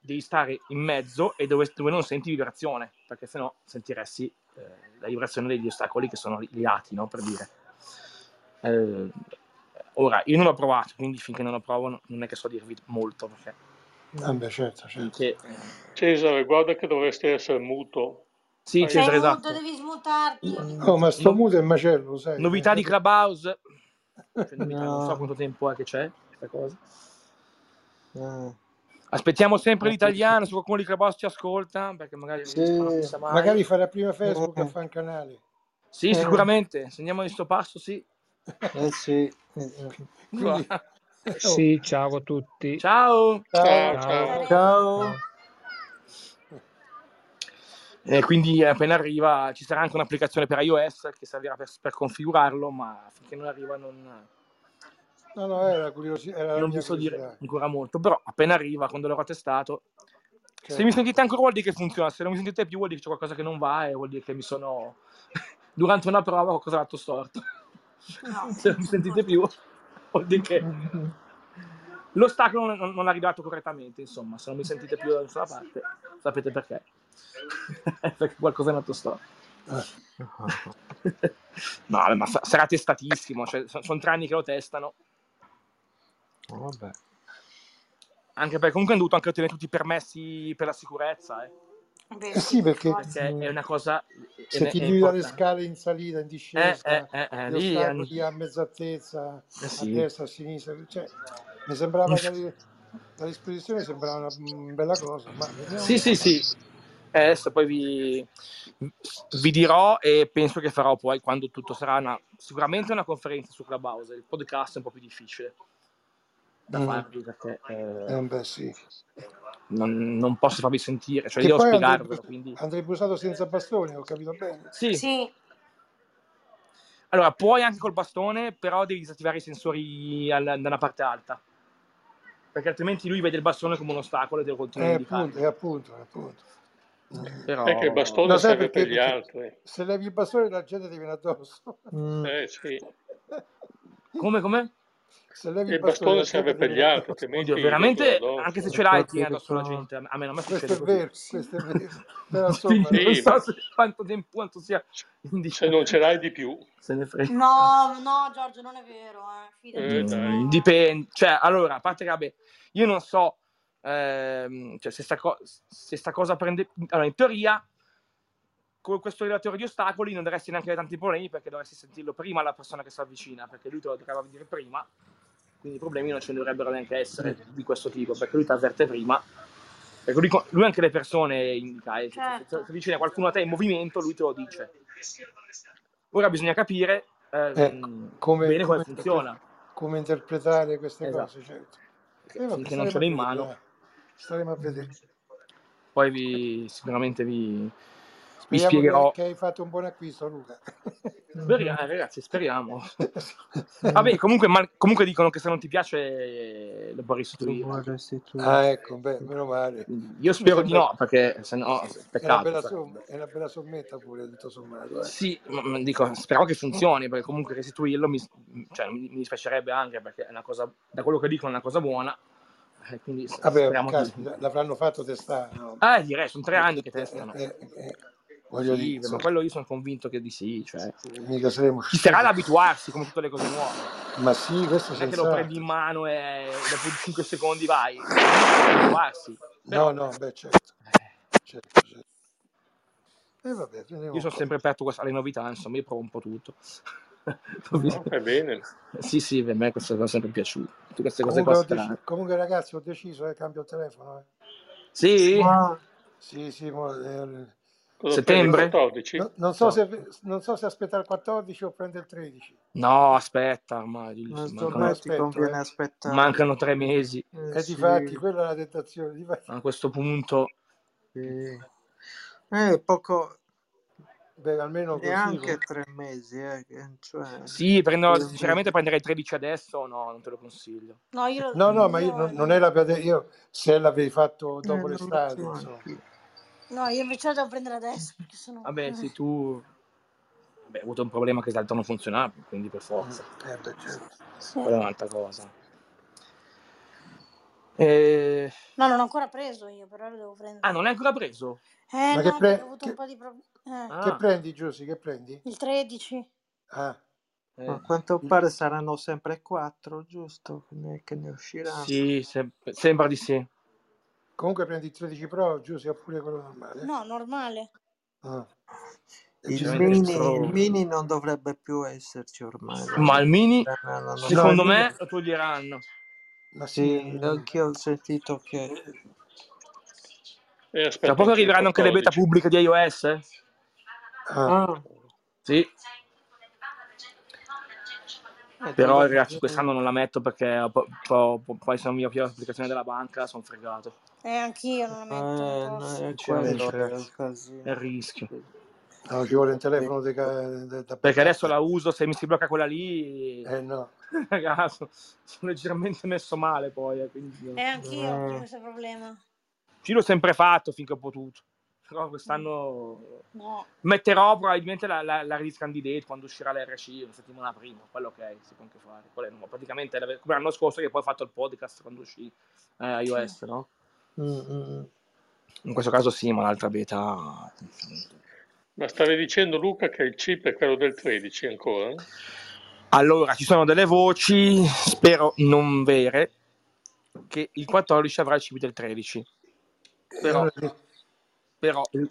[SPEAKER 2] devi stare in mezzo e dove, dove non senti vibrazione, perché sennò sentiresti eh, la vibrazione degli ostacoli che sono gli lati, no? per dire. Eh, ora, io non l'ho provato, quindi finché non lo provo no- non è che so dirvi molto, perché...
[SPEAKER 6] Ah, beh, certo, certo.
[SPEAKER 2] finché-
[SPEAKER 5] Cesare, guarda che dovresti essere muto.
[SPEAKER 2] Sì,
[SPEAKER 5] Hai-
[SPEAKER 3] Sei
[SPEAKER 2] Cesare,
[SPEAKER 3] muto,
[SPEAKER 2] esatto.
[SPEAKER 3] Cioè, devi smutarti.
[SPEAKER 6] Oh, ma sto
[SPEAKER 2] No-
[SPEAKER 6] muto è un macello, lo sai. Eh,
[SPEAKER 2] novità di Clubhouse. Cioè, novità,
[SPEAKER 4] No.
[SPEAKER 2] Non so quanto tempo è che c'è questa cosa.
[SPEAKER 4] Ah.
[SPEAKER 2] Aspettiamo sempre l'italiano, se qualcuno di Clubhouse ci ascolta, perché magari
[SPEAKER 4] Sì.
[SPEAKER 2] riescono, non si sa mai.
[SPEAKER 6] Magari farà prima Facebook
[SPEAKER 4] Mm.
[SPEAKER 6] a fare un canale.
[SPEAKER 2] Sì, sicuramente, se andiamo di sto passo, sì.
[SPEAKER 4] Eh sì. Eh, eh.
[SPEAKER 6] Quindi- Oh,
[SPEAKER 7] Sì, ciao a tutti.
[SPEAKER 2] Ciao!
[SPEAKER 6] Ciao.
[SPEAKER 5] Ciao,
[SPEAKER 7] Ciao.
[SPEAKER 5] ciao.
[SPEAKER 4] Ciao.
[SPEAKER 2] E quindi eh, appena arriva ci sarà anche un'applicazione per iOS che servirà per, per configurarlo, ma finché non arriva non,
[SPEAKER 6] No, no, era, curiosi- era la
[SPEAKER 2] non
[SPEAKER 6] mia
[SPEAKER 2] vi so
[SPEAKER 6] curiosità.
[SPEAKER 2] dire ancora molto, però appena arriva, quando l'avrò testato, se
[SPEAKER 6] Certo.
[SPEAKER 2] mi sentite ancora vuol dire che funziona, se non mi sentite più vuol dire che c'è qualcosa che non va e vuol dire che mi sono, durante una prova qualcosa è andato storto.
[SPEAKER 6] Ah,
[SPEAKER 3] No.
[SPEAKER 2] se non mi sentite più vuol dire che l'ostacolo non, non- non l'ha ridato correttamente, insomma, se non mi sentite più da nessuna parte sapete perché, perché qualcosa è andato storto. No, vabbè, ma sa- sarà testatissimo, cioè, sono tre anni che lo testano.
[SPEAKER 4] Vabbè.
[SPEAKER 2] Anche perché comunque hanno dovuto anche ottenere tutti i permessi per la sicurezza, eh,
[SPEAKER 3] Beh,
[SPEAKER 6] Eh sì, perché
[SPEAKER 3] forza.
[SPEAKER 2] perché è una cosa è-
[SPEAKER 6] se
[SPEAKER 2] è
[SPEAKER 6] ti individua
[SPEAKER 2] Eh,
[SPEAKER 6] le
[SPEAKER 2] importante.
[SPEAKER 6] scale in salita, in
[SPEAKER 2] Eh, eh,
[SPEAKER 6] discesa,
[SPEAKER 2] eh, eh,
[SPEAKER 6] gli
[SPEAKER 2] lì hanno-
[SPEAKER 6] ostacoli a mezz'altezza,
[SPEAKER 2] eh
[SPEAKER 6] a
[SPEAKER 2] sì.
[SPEAKER 6] destra, a sinistra, cioè, mi sembrava dalle- dall'esposizione sembrava una mm, bella cosa, ma vediamo.
[SPEAKER 2] Sì, sì, sì. Eh, adesso poi vi, vi dirò e penso che farò poi quando tutto sarà una, sicuramente una conferenza su Clubhouse. Il podcast è un po' più difficile da
[SPEAKER 6] Mm.
[SPEAKER 2] farvi perché eh,
[SPEAKER 6] Eh, beh, sì.
[SPEAKER 2] non, non posso farvi sentire, cioè io devo
[SPEAKER 6] Che poi andrebbe,
[SPEAKER 2] spiegarvelo. Quindi
[SPEAKER 6] andrebbe usato senza bastone, ho capito bene.
[SPEAKER 2] sì,
[SPEAKER 3] Sì,
[SPEAKER 2] allora puoi anche col bastone, però devi disattivare i sensori al- da una parte alta perché altrimenti lui vede il bastone come un ostacolo e te lo continua a
[SPEAKER 6] Eh, appunto,
[SPEAKER 2] indicare.
[SPEAKER 6] eh, appunto, eh, appunto.
[SPEAKER 5] È che
[SPEAKER 2] Però
[SPEAKER 5] il bastone
[SPEAKER 6] No, sai
[SPEAKER 5] serve per
[SPEAKER 6] perché?
[SPEAKER 5] gli
[SPEAKER 6] Perché
[SPEAKER 5] altri.
[SPEAKER 6] se levi il bastone la gente ti viene addosso.
[SPEAKER 4] Mm.
[SPEAKER 5] Eh sì.
[SPEAKER 2] come come?
[SPEAKER 6] Se levi il
[SPEAKER 5] Il
[SPEAKER 6] bastone
[SPEAKER 5] bastone
[SPEAKER 6] la gente
[SPEAKER 5] serve
[SPEAKER 6] ti
[SPEAKER 5] per gli
[SPEAKER 6] viene
[SPEAKER 5] altri,
[SPEAKER 6] addosso.
[SPEAKER 2] Oddio,
[SPEAKER 5] altrimenti gli vengono
[SPEAKER 2] veramente anche
[SPEAKER 5] addosso. eh.
[SPEAKER 2] se
[SPEAKER 4] Lo
[SPEAKER 2] ce
[SPEAKER 4] so
[SPEAKER 2] l'hai ti
[SPEAKER 4] che
[SPEAKER 2] viene addosso la
[SPEAKER 4] ricor-
[SPEAKER 2] gente, a me non mi
[SPEAKER 6] Questo
[SPEAKER 2] succede
[SPEAKER 6] è
[SPEAKER 2] così.
[SPEAKER 6] vero, questo è vero. Però
[SPEAKER 2] Quindi
[SPEAKER 6] insomma,
[SPEAKER 2] non
[SPEAKER 5] Sì,
[SPEAKER 2] so
[SPEAKER 5] ma
[SPEAKER 2] se quanto tempo quanto sia
[SPEAKER 5] se non ce l'hai di più,
[SPEAKER 2] se ne frega
[SPEAKER 3] no, no, Giorgio, non è vero, eh. fidati,
[SPEAKER 5] eh, dai.
[SPEAKER 2] Mm,
[SPEAKER 3] no.
[SPEAKER 2] dipende cioè allora a parte che vabbè io non so ehm, cioè, se, sta co- se sta cosa prende allora in teoria con questo relatore di ostacoli non dovresti neanche avere tanti problemi perché dovresti sentirlo prima la persona che si avvicina perché lui te lo dovrebbe dire prima quindi i problemi non ce ne dovrebbero neanche essere di questo tipo perché lui ti avverte prima perché lui, co- lui anche le persone indica eh, cioè, se, se,
[SPEAKER 3] Certo.
[SPEAKER 2] se vicina qualcuno a te in movimento lui te lo dice ora bisogna capire
[SPEAKER 6] ecco,
[SPEAKER 2] ehm,
[SPEAKER 6] come,
[SPEAKER 2] bene come
[SPEAKER 6] come interpre-
[SPEAKER 2] funziona
[SPEAKER 6] come interpretare queste
[SPEAKER 2] esatto
[SPEAKER 6] cose, certo.
[SPEAKER 2] perché
[SPEAKER 6] E vabbè,
[SPEAKER 2] finché non ce
[SPEAKER 6] staremo a
[SPEAKER 2] l'ho in mano
[SPEAKER 6] vedere, dai. staremo a vedere.
[SPEAKER 2] poi vi, sicuramente vi, vi
[SPEAKER 6] Speriamo che,
[SPEAKER 2] spiegherò
[SPEAKER 6] che hai fatto un buon acquisto, Luca.
[SPEAKER 2] Speriamo, eh, ragazzi speriamo vabbè comunque, ma- comunque dicono che se non ti piace eh, lo puoi
[SPEAKER 4] Lo
[SPEAKER 2] restituire
[SPEAKER 4] vuoi restituire.
[SPEAKER 6] ah, ecco, beh, meno male.
[SPEAKER 2] Quindi io
[SPEAKER 6] Mi
[SPEAKER 2] spero di
[SPEAKER 6] sembra
[SPEAKER 2] no perché se no
[SPEAKER 6] è una
[SPEAKER 2] peccato
[SPEAKER 6] bella,
[SPEAKER 2] sarebbe
[SPEAKER 6] somm- è una bella sommetta pure, tutto sommato. eh.
[SPEAKER 2] sì ma- ma dico spero che funzioni perché comunque restituirlo mi, cioè, mi mi dispiacerebbe anche perché è una cosa da quello che dicono è una cosa buona eh, quindi s-
[SPEAKER 6] Vabbè,
[SPEAKER 2] speriamo che
[SPEAKER 6] caspita, l'avranno fatto testare, no?
[SPEAKER 2] eh direi sono tre
[SPEAKER 6] Eh,
[SPEAKER 2] anni che
[SPEAKER 6] eh,
[SPEAKER 2] testano
[SPEAKER 6] eh, eh, voglio dire,
[SPEAKER 2] Sì, beh, ma
[SPEAKER 6] insomma,
[SPEAKER 2] quello io sono convinto che di sì, cioè.
[SPEAKER 6] mica saremo
[SPEAKER 2] Ci sarà
[SPEAKER 6] scemi.
[SPEAKER 2] da abituarsi come tutte le cose nuove.
[SPEAKER 6] Ma sì, questo
[SPEAKER 2] Non è che lo prendi in
[SPEAKER 6] senz'altro.
[SPEAKER 2] mano e dopo 5 secondi vai. Ovviamente c'è da abituarsi,
[SPEAKER 6] No,
[SPEAKER 2] però
[SPEAKER 6] no, beh, certo.
[SPEAKER 2] eh,
[SPEAKER 6] certo, certo. E vabbè,
[SPEAKER 2] io
[SPEAKER 6] vediamo un
[SPEAKER 2] sono
[SPEAKER 6] po'.
[SPEAKER 2] sempre aperto quest- alle novità, insomma, io provo un po' tutto.
[SPEAKER 6] Mm.
[SPEAKER 5] No, fai bene.
[SPEAKER 2] sì, sì, per me queste cose sono sempre piaciute, tutte queste cose qua
[SPEAKER 6] Comunque, ho deci-
[SPEAKER 2] strane.
[SPEAKER 6] comunque, ragazzi, ho deciso che cambio telefono. eh.
[SPEAKER 2] Sì,
[SPEAKER 4] Ah,
[SPEAKER 6] Sì, sì, mo- eh,
[SPEAKER 5] Cosa prendi il
[SPEAKER 6] non,
[SPEAKER 2] settembre?
[SPEAKER 5] 14?
[SPEAKER 6] no- non so
[SPEAKER 2] No,
[SPEAKER 6] se, non so se aspettare il 14 o prendere il 13.
[SPEAKER 2] no aspetta, ormai
[SPEAKER 4] ma sto
[SPEAKER 6] No,
[SPEAKER 2] mancano,
[SPEAKER 4] ormai ti
[SPEAKER 6] aspetto,
[SPEAKER 4] conviene
[SPEAKER 6] eh.
[SPEAKER 4] aspettare.
[SPEAKER 2] mancano tre mesi.
[SPEAKER 4] Eh
[SPEAKER 6] E
[SPEAKER 4] sì,
[SPEAKER 6] difatti, quella è la tentazione. difatti.
[SPEAKER 2] A questo punto
[SPEAKER 4] sì. Eh, poco,
[SPEAKER 6] Beh, almeno così,
[SPEAKER 4] Neanche tre mesi, eh, che- cioè,
[SPEAKER 2] Sì, prendo,
[SPEAKER 4] Quello-
[SPEAKER 2] sinceramente prenderei 13 adesso, no, non te lo consiglio.
[SPEAKER 3] No, io lo-
[SPEAKER 6] No, no, ma io non, non era per io se l'avevi fatto
[SPEAKER 4] eh,
[SPEAKER 6] dopo
[SPEAKER 4] non lo
[SPEAKER 6] l'estate,
[SPEAKER 4] so
[SPEAKER 6] insomma. Eh,
[SPEAKER 4] anch'io.
[SPEAKER 3] No, io invece la devo prendere adesso perché sono...
[SPEAKER 2] Vabbè, sì, tu... Vabbè, hai avuto un problema che l'altro non funzionava, quindi per forza.
[SPEAKER 6] Eh, beh, certo.
[SPEAKER 3] Sì.
[SPEAKER 2] Quella è un'altra cosa. Eh,
[SPEAKER 3] No, non l'ho ancora preso io, però lo devo prendere.
[SPEAKER 2] Ah, non l'hai ancora preso?
[SPEAKER 3] Eh
[SPEAKER 6] Ma che
[SPEAKER 3] no,
[SPEAKER 6] pre-
[SPEAKER 3] perché ho avuto un
[SPEAKER 6] che-
[SPEAKER 3] po' di problemi.
[SPEAKER 2] Ah,
[SPEAKER 6] Che prendi, Giussi? Che prendi?
[SPEAKER 3] Il 13.
[SPEAKER 6] Ah,
[SPEAKER 2] eh,
[SPEAKER 4] Ma a quanto pare saranno sempre quattro, giusto? Che ne, che ne usciranno.
[SPEAKER 2] Sì, se- sembra di sì.
[SPEAKER 6] comunque prendi il 13 Pro, Giussi, oppure quello normale.
[SPEAKER 3] No, normale.
[SPEAKER 6] Ah. E ci
[SPEAKER 4] Il
[SPEAKER 6] sono-
[SPEAKER 2] Sinceramente
[SPEAKER 4] mini,
[SPEAKER 2] Pro-
[SPEAKER 4] il mini non dovrebbe più esserci ormai. dai.
[SPEAKER 2] Ma il mini,
[SPEAKER 4] Eh, no, no, no.
[SPEAKER 2] secondo
[SPEAKER 6] il mini-
[SPEAKER 2] me, lo toglieranno.
[SPEAKER 6] Ma sì,
[SPEAKER 4] Sì,
[SPEAKER 6] no.
[SPEAKER 4] anch'io ho sentito
[SPEAKER 2] Eh,
[SPEAKER 4] che
[SPEAKER 5] E
[SPEAKER 2] Tra
[SPEAKER 5] Eh, aspetta,
[SPEAKER 2] poco
[SPEAKER 5] anche il
[SPEAKER 2] arriveranno anche le beta
[SPEAKER 5] 14.
[SPEAKER 2] pubbliche di iOS, eh?
[SPEAKER 6] Ah,
[SPEAKER 4] Ah,
[SPEAKER 2] Sì,
[SPEAKER 4] eh,
[SPEAKER 2] però
[SPEAKER 4] dovrebbe
[SPEAKER 2] ragazzi
[SPEAKER 4] avere-
[SPEAKER 2] quest'anno non la metto perché eh, po- po- po- poi sono mio più l'applicazione della banca, sono fregato.
[SPEAKER 3] Eh, anch'io non la metto, non
[SPEAKER 4] Eh, no,
[SPEAKER 3] posso.
[SPEAKER 4] è
[SPEAKER 2] Sinceramente
[SPEAKER 4] quello è
[SPEAKER 2] ragazzi,
[SPEAKER 4] il casino.
[SPEAKER 2] è il rischio.
[SPEAKER 6] no, ci vuole un telefono de ca- de- da
[SPEAKER 2] Perché adesso
[SPEAKER 6] backup.
[SPEAKER 2] la uso, se mi si blocca quella lì,
[SPEAKER 6] Eh no,
[SPEAKER 2] ragazzi, sono leggermente messo male poi. eh, quindi-
[SPEAKER 3] Eh, anch'io ho avuto
[SPEAKER 4] Eh.
[SPEAKER 3] questo problema.
[SPEAKER 2] Sì, l'ho sempre fatto finché ho potuto. Però quest'anno
[SPEAKER 3] No.
[SPEAKER 2] metterò probabilmente la, la, la release candidate quando uscirà l'RC una settimana prima. Quello ok, si può anche fare. Quello è nuovo. Praticamente è la- come l'anno scorso che poi ho fatto il podcast quando uscì eh, iOS, no?
[SPEAKER 4] Mm, mm,
[SPEAKER 6] Eh,
[SPEAKER 2] In questo caso sì, ma l'altra beta...
[SPEAKER 5] Ma stavi dicendo Luca che il chip è quello del 13 ancora?
[SPEAKER 2] Allora, ci sono delle voci, spero non vere, che il 14 avrà il chip del 13.
[SPEAKER 6] E
[SPEAKER 2] Però,
[SPEAKER 6] allora di-
[SPEAKER 2] però
[SPEAKER 4] il,
[SPEAKER 6] eh,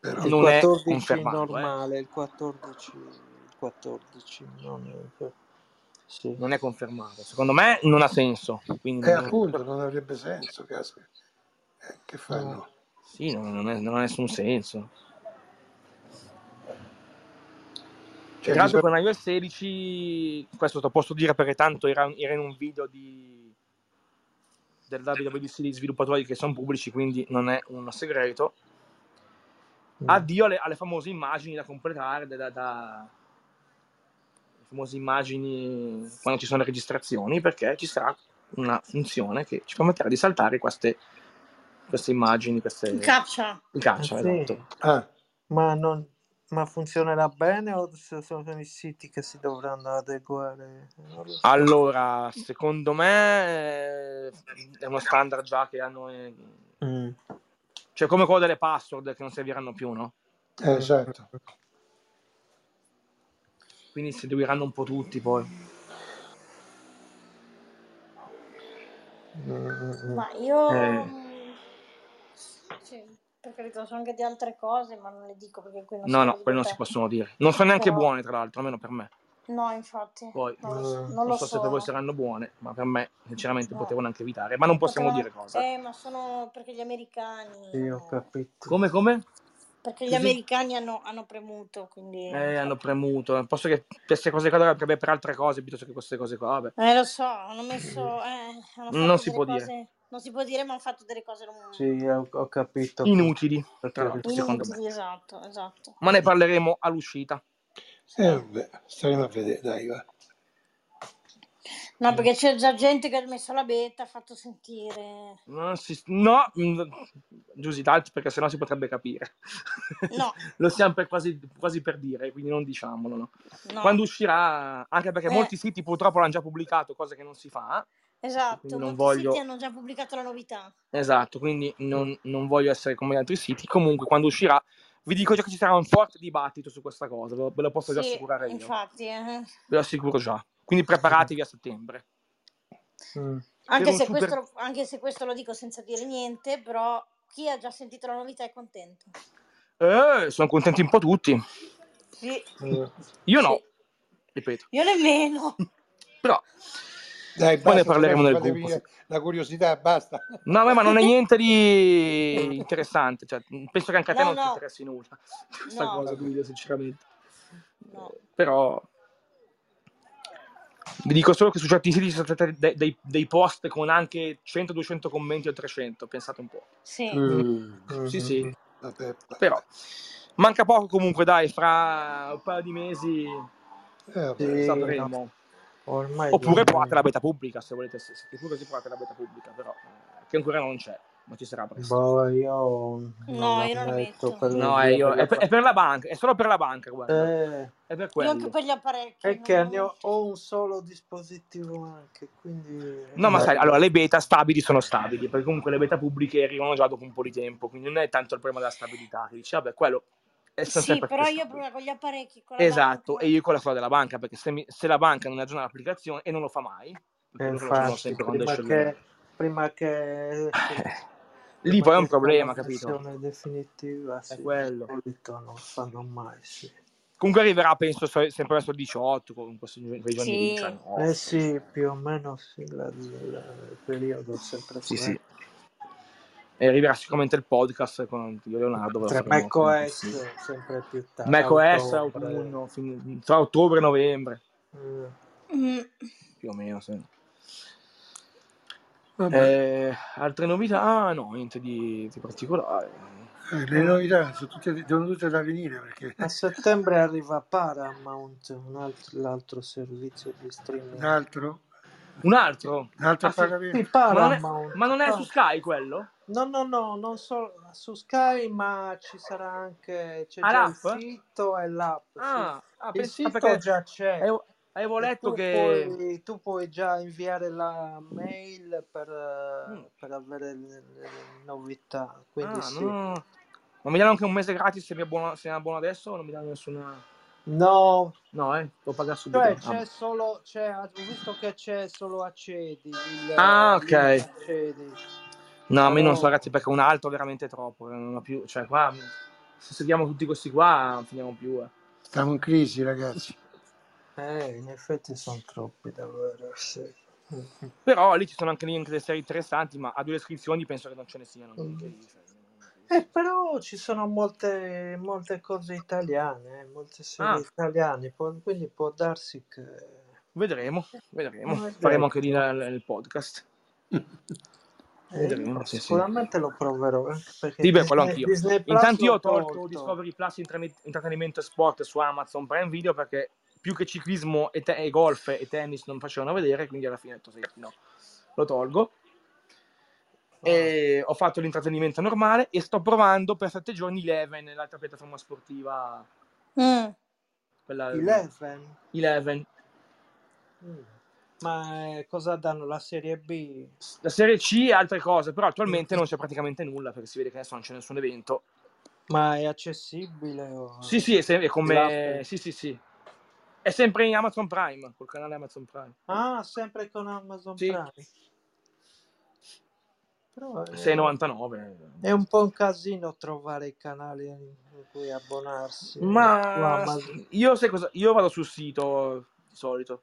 [SPEAKER 6] però
[SPEAKER 4] il
[SPEAKER 2] non è
[SPEAKER 4] 14
[SPEAKER 2] confermato, eh.
[SPEAKER 4] normale, il 14, il 14, non il- sì.
[SPEAKER 2] Non è confermato. Secondo me non ha senso. Quindi
[SPEAKER 6] eh,
[SPEAKER 2] non-
[SPEAKER 6] appunto non avrebbe senso, caspita. Eh, che
[SPEAKER 4] Mm.
[SPEAKER 6] fanno?
[SPEAKER 2] Sì, non, non è- non ha nessun senso.
[SPEAKER 6] Cioè,
[SPEAKER 2] Tra l'altro
[SPEAKER 6] bisogna...
[SPEAKER 2] con iOS 16, questo te lo posso dire perché tanto era, era in un video di, del WWDC di sviluppatori che sono pubblici, quindi non è un segreto.
[SPEAKER 4] Mm.
[SPEAKER 2] Addio alle, alle famose immagini da completare, da, da- da- le famose immagini quando ci sono le registrazioni, perché ci sarà una funzione che ci permetterà di saltare queste, queste immagini, queste...
[SPEAKER 3] In captcha.
[SPEAKER 2] Il
[SPEAKER 4] Eh
[SPEAKER 2] caccia, esatto.
[SPEAKER 4] sì,
[SPEAKER 6] Ah,
[SPEAKER 4] ma, non, ma funzionerà bene o se sono i siti che si dovranno adeguare? Non lo so.
[SPEAKER 2] Allora, secondo me eh, è uno standard già che hanno. eh,
[SPEAKER 4] Mm,
[SPEAKER 2] Cioè, come quello delle password che non serviranno più, no?
[SPEAKER 6] eh,
[SPEAKER 4] mm,
[SPEAKER 6] esatto.
[SPEAKER 2] Quindi si seguiranno un po' tutti poi.
[SPEAKER 4] mm, mm, mm.
[SPEAKER 3] Ma io...
[SPEAKER 2] Eh.
[SPEAKER 3] mm, Sì, per carità, so anche di altre cose, ma non le dico perché qui non si
[SPEAKER 2] No,
[SPEAKER 3] può
[SPEAKER 2] no, quelle non si
[SPEAKER 3] divulgare.
[SPEAKER 2] possono dire. Non sono neanche
[SPEAKER 3] Però-
[SPEAKER 2] buone, tra l'altro, almeno per me.
[SPEAKER 3] No, infatti,
[SPEAKER 2] Poi
[SPEAKER 3] non lo, so-
[SPEAKER 4] Mm.
[SPEAKER 3] non
[SPEAKER 2] non
[SPEAKER 3] lo
[SPEAKER 2] so se per voi
[SPEAKER 3] sono.
[SPEAKER 2] saranno buone, ma per me, sinceramente,
[SPEAKER 3] No.
[SPEAKER 2] potevano anche evitare. Ma non possiamo
[SPEAKER 3] Potevano-
[SPEAKER 2] dire cosa.
[SPEAKER 3] Eh, ma sono perché gli americani...
[SPEAKER 4] Sì, ho
[SPEAKER 3] hanno-
[SPEAKER 4] capito.
[SPEAKER 2] Come, come?
[SPEAKER 3] Perché gli
[SPEAKER 2] Così?
[SPEAKER 3] americani hanno, hanno premuto, quindi...
[SPEAKER 2] Eh, hanno premuto. Posso che queste cose qua dovrebbero avere per altre cose piuttosto che queste cose qua. Vabbè.
[SPEAKER 3] Eh, lo so, hanno messo... eh, hanno
[SPEAKER 2] Mm. Non
[SPEAKER 3] fatto
[SPEAKER 2] si può
[SPEAKER 3] delle
[SPEAKER 2] dire.
[SPEAKER 3] cose... Non si può dire, ma hanno fatto delle cose non...
[SPEAKER 4] Sì, ho, ho capito.
[SPEAKER 2] Mm.
[SPEAKER 4] che-
[SPEAKER 2] Inutili, tra l'altro, secondo me.
[SPEAKER 3] Inutili, esatto, esatto.
[SPEAKER 2] ma ne parleremo all'uscita.
[SPEAKER 6] Eh, vabbè, staremo a vedere, dai, va.
[SPEAKER 3] No, perché c'è già gente che ha messo la beta, ha fatto sentire...
[SPEAKER 2] Non si- no, mm, Giusy Dalt, perché sennò si potrebbe capire.
[SPEAKER 3] No,
[SPEAKER 2] Lo stiamo per quasi, quasi per dire, quindi non diciamolo. no.
[SPEAKER 3] no.
[SPEAKER 2] Quando uscirà, anche perché
[SPEAKER 3] Eh.
[SPEAKER 2] molti siti purtroppo l'hanno già pubblicato, cosa che non si fa.
[SPEAKER 3] Esatto,
[SPEAKER 2] Quindi non
[SPEAKER 3] molti
[SPEAKER 2] voglio-
[SPEAKER 3] siti hanno già pubblicato la novità.
[SPEAKER 2] Esatto, quindi non, non voglio essere come gli altri siti. Comunque, quando uscirà, vi dico già che ci sarà un forte dibattito su questa cosa, ve lo, ve lo posso già
[SPEAKER 3] Sì,
[SPEAKER 2] assicurare io.
[SPEAKER 3] infatti. eh.
[SPEAKER 2] Ve lo assicuro già. Quindi preparatevi a settembre.
[SPEAKER 4] Mm.
[SPEAKER 2] Per
[SPEAKER 3] Anche,
[SPEAKER 2] un
[SPEAKER 3] se
[SPEAKER 2] super...
[SPEAKER 3] questo, anche se questo lo dico senza dire niente, però chi ha già sentito la novità è contento.
[SPEAKER 2] Eh, sono contenti un po' tutti.
[SPEAKER 3] Sì,
[SPEAKER 4] Mm.
[SPEAKER 2] Io no,
[SPEAKER 3] sì.
[SPEAKER 2] ripeto.
[SPEAKER 3] Io nemmeno.
[SPEAKER 2] Però
[SPEAKER 6] Dai,
[SPEAKER 2] poi ne
[SPEAKER 6] basta,
[SPEAKER 2] parleremo
[SPEAKER 6] Giuseppe,
[SPEAKER 2] nel
[SPEAKER 6] fatevi
[SPEAKER 2] gruppo. sì.
[SPEAKER 6] venire la curiosità, basta.
[SPEAKER 2] No, beh, ma non è niente di interessante. Cioè, penso che anche a te
[SPEAKER 3] No,
[SPEAKER 2] non ti
[SPEAKER 3] no.
[SPEAKER 2] interessi nulla. Questa
[SPEAKER 3] No.
[SPEAKER 2] cosa, Duilio, sinceramente.
[SPEAKER 3] No.
[SPEAKER 2] Però vi dico solo che su certi siti ci sono stati dei, dei- dei post con anche 100, 200
[SPEAKER 6] Eh,
[SPEAKER 2] commenti o 300. Pensate un po'.
[SPEAKER 4] Mm-hmm.
[SPEAKER 3] Sì.
[SPEAKER 6] Mm.
[SPEAKER 2] Sì, sì,
[SPEAKER 6] Vabbè,
[SPEAKER 2] però. Manca poco comunque, dai, fra un paio di mesi
[SPEAKER 6] Eh, vabbè.
[SPEAKER 4] Sì,
[SPEAKER 2] sapremo.
[SPEAKER 4] no. Ormai
[SPEAKER 2] Oppure
[SPEAKER 4] non-
[SPEAKER 2] provate la beta pubblica, se volete, se siete così provate la beta pubblica, però eh, che ancora non c'è, ma ci sarà presto.
[SPEAKER 4] Boh, io non
[SPEAKER 3] No,
[SPEAKER 4] la
[SPEAKER 3] io non la metto.
[SPEAKER 4] per
[SPEAKER 2] No,
[SPEAKER 4] via
[SPEAKER 2] è, io-
[SPEAKER 4] della-
[SPEAKER 2] è per, è per la banca, è solo per la banca, guarda.
[SPEAKER 4] Eh,
[SPEAKER 2] È per
[SPEAKER 3] Io
[SPEAKER 2] quello.
[SPEAKER 3] anche per gli apparecchi.
[SPEAKER 4] è che
[SPEAKER 3] no?
[SPEAKER 4] ne ho, ho un solo dispositivo anche, quindi...
[SPEAKER 2] No, ma
[SPEAKER 4] Eh,
[SPEAKER 2] sai, allora le beta stabili sono stabili, perché comunque le beta pubbliche arrivano già dopo un po' di tempo, quindi non è tanto il problema della stabilità. che Dici, vabbè, quello è sono
[SPEAKER 3] Sì,
[SPEAKER 2] sempre
[SPEAKER 3] però
[SPEAKER 2] più
[SPEAKER 3] io ho
[SPEAKER 2] stabili.
[SPEAKER 3] problema con gli apparecchi. Con la
[SPEAKER 2] Esatto,
[SPEAKER 3] banca.
[SPEAKER 2] e io con la storia della banca, perché se, mi- se la banca non aggiorna l'applicazione e non lo fa mai, perché
[SPEAKER 3] Eh,
[SPEAKER 2] loro lo fanno
[SPEAKER 4] infatti,
[SPEAKER 2] sempre quando
[SPEAKER 4] prima
[SPEAKER 2] esce
[SPEAKER 4] che,
[SPEAKER 2] il...
[SPEAKER 4] prima che...
[SPEAKER 2] Lì poi è un
[SPEAKER 4] esca
[SPEAKER 2] problema,
[SPEAKER 4] la
[SPEAKER 2] capito?
[SPEAKER 4] versione definitiva,
[SPEAKER 2] È
[SPEAKER 4] sì, di
[SPEAKER 2] quello. Eh,
[SPEAKER 4] solito non lo fanno mai, sì.
[SPEAKER 2] Comunque arriverà, penso, so- sempre verso il 18, comunque se- quei giorni lì,
[SPEAKER 3] Sì.
[SPEAKER 2] cioè
[SPEAKER 4] Eh
[SPEAKER 2] 9.
[SPEAKER 4] sì, più o meno sì, la- la- il periodo è sempre
[SPEAKER 2] Sì,
[SPEAKER 4] quello.
[SPEAKER 2] sì. E arriverà sicuramente il podcast con io e Leonardo, ve lo
[SPEAKER 4] Tra
[SPEAKER 2] faremo appena possibile.
[SPEAKER 4] macOS sempre più tardi.
[SPEAKER 2] macOS a
[SPEAKER 4] ottobre.
[SPEAKER 2] autunno, fin- tra ottobre e novembre,
[SPEAKER 4] Mm.
[SPEAKER 3] Mm.
[SPEAKER 2] più o meno. se-
[SPEAKER 4] Eh,
[SPEAKER 6] Vabbè,
[SPEAKER 2] Eh, altre novità? Ah, No, niente di, di particolare.
[SPEAKER 6] eh, le novità sono tutte, devono tutte da venire perché
[SPEAKER 2] Ah,
[SPEAKER 4] A settembre arriva Paramount, un alt- l'altro servizio di
[SPEAKER 6] un
[SPEAKER 4] streaming.
[SPEAKER 6] altro,
[SPEAKER 2] Un altro?
[SPEAKER 6] un altro
[SPEAKER 2] Ah, sì.
[SPEAKER 4] Sì,
[SPEAKER 6] pagamento.
[SPEAKER 2] Ma non è,
[SPEAKER 4] Paramount.
[SPEAKER 2] ma non è su
[SPEAKER 4] Pa-
[SPEAKER 2] Sky quello?
[SPEAKER 4] No, no, no, non solo su Sky, ma ci sarà anche, c'è
[SPEAKER 2] Ah,
[SPEAKER 4] già il
[SPEAKER 2] l'app?
[SPEAKER 4] sito e l'app. Sì.
[SPEAKER 2] Ah, ah,
[SPEAKER 4] Il
[SPEAKER 2] pensi, ah,
[SPEAKER 4] sito
[SPEAKER 2] perché
[SPEAKER 4] già c'è.
[SPEAKER 2] avevo, avevo
[SPEAKER 4] E
[SPEAKER 2] letto
[SPEAKER 4] tu
[SPEAKER 2] che...
[SPEAKER 4] puoi, tu puoi già inviare la mail per,
[SPEAKER 2] Mm.
[SPEAKER 4] eh, per avere le, le novità. Quindi
[SPEAKER 2] Ah,
[SPEAKER 4] sì.
[SPEAKER 2] no. Ma mi danno anche un mese gratis se mi abbono, se mi abbono adesso o non mi danno nessuna...
[SPEAKER 4] No,
[SPEAKER 2] No, eh, devo pagare subito.
[SPEAKER 4] cioè
[SPEAKER 2] Ah,
[SPEAKER 4] c'è solo, c'è, ho visto che c'è solo accedi, il
[SPEAKER 2] Ah,
[SPEAKER 4] eh, link
[SPEAKER 2] ok.
[SPEAKER 4] accedi,
[SPEAKER 2] No, ma io non so,
[SPEAKER 4] però
[SPEAKER 2] ragazzi, perché un altro è veramente troppo. eh, Non ho più... Cioè, qua... Se seguiamo tutti questi qua, non finiamo più. eh.
[SPEAKER 6] Stiamo in crisi ragazzi.
[SPEAKER 4] eh, in effetti sono troppi davvero, sì.
[SPEAKER 2] Però lì ci sono anche link delle serie interessanti, ma a due descrizioni penso che non ce ne siano. Quindi, cioè,
[SPEAKER 4] Mm. Eh, però ci sono molte, molte cose italiane, eh, molte serie
[SPEAKER 2] Ah,
[SPEAKER 4] italiane, può- quindi può darsi che...
[SPEAKER 2] vedremo, vedremo. Faremo
[SPEAKER 4] Vedremo.
[SPEAKER 2] anche lì la- la- il podcast.
[SPEAKER 4] Eh, io
[SPEAKER 2] Vedremo, sì, sì.
[SPEAKER 4] sicuramente lo proverò, anche perché
[SPEAKER 2] Sì, beh, quello
[SPEAKER 4] Disney,
[SPEAKER 2] anch'io.
[SPEAKER 4] Disney Plus
[SPEAKER 2] Intanto io
[SPEAKER 4] l'ho
[SPEAKER 2] ho tolto
[SPEAKER 4] tolto.
[SPEAKER 2] Discovery Plus Intrane- Intrattenimento e Sport su Amazon Prime Video perché più che ciclismo e, te- e golf e tennis non facevano vedere, quindi alla fine ho detto "Senti, no, lo tolgo.
[SPEAKER 4] Ah,
[SPEAKER 2] E ho fatto l'intrattenimento normale e sto provando per sette giorni Eleven, l'altra piattaforma sportiva,
[SPEAKER 3] Mm.
[SPEAKER 2] quella mm,
[SPEAKER 4] Eleven?
[SPEAKER 2] Eleven.
[SPEAKER 4] Mm. Ma eh, cosa danno la serie B?
[SPEAKER 2] La Serie C e altre cose, però attualmente non c'è praticamente nulla perché si vede che adesso non c'è nessun evento.
[SPEAKER 4] Ma è accessibile? O...
[SPEAKER 2] Sì, sì, è, se- è come...
[SPEAKER 4] l'app?
[SPEAKER 2] Sì, sì, sì. È sempre in Amazon Prime, col canale Amazon Prime.
[SPEAKER 4] Ah, sempre con Amazon
[SPEAKER 2] Sì,
[SPEAKER 4] Prime. Però è,
[SPEAKER 2] 6,99.
[SPEAKER 4] è un po' un casino trovare i canali in cui abbonarsi. eh, su
[SPEAKER 2] Ma
[SPEAKER 4] Amazon.
[SPEAKER 2] io sai cosa? Io vado sul sito di solito.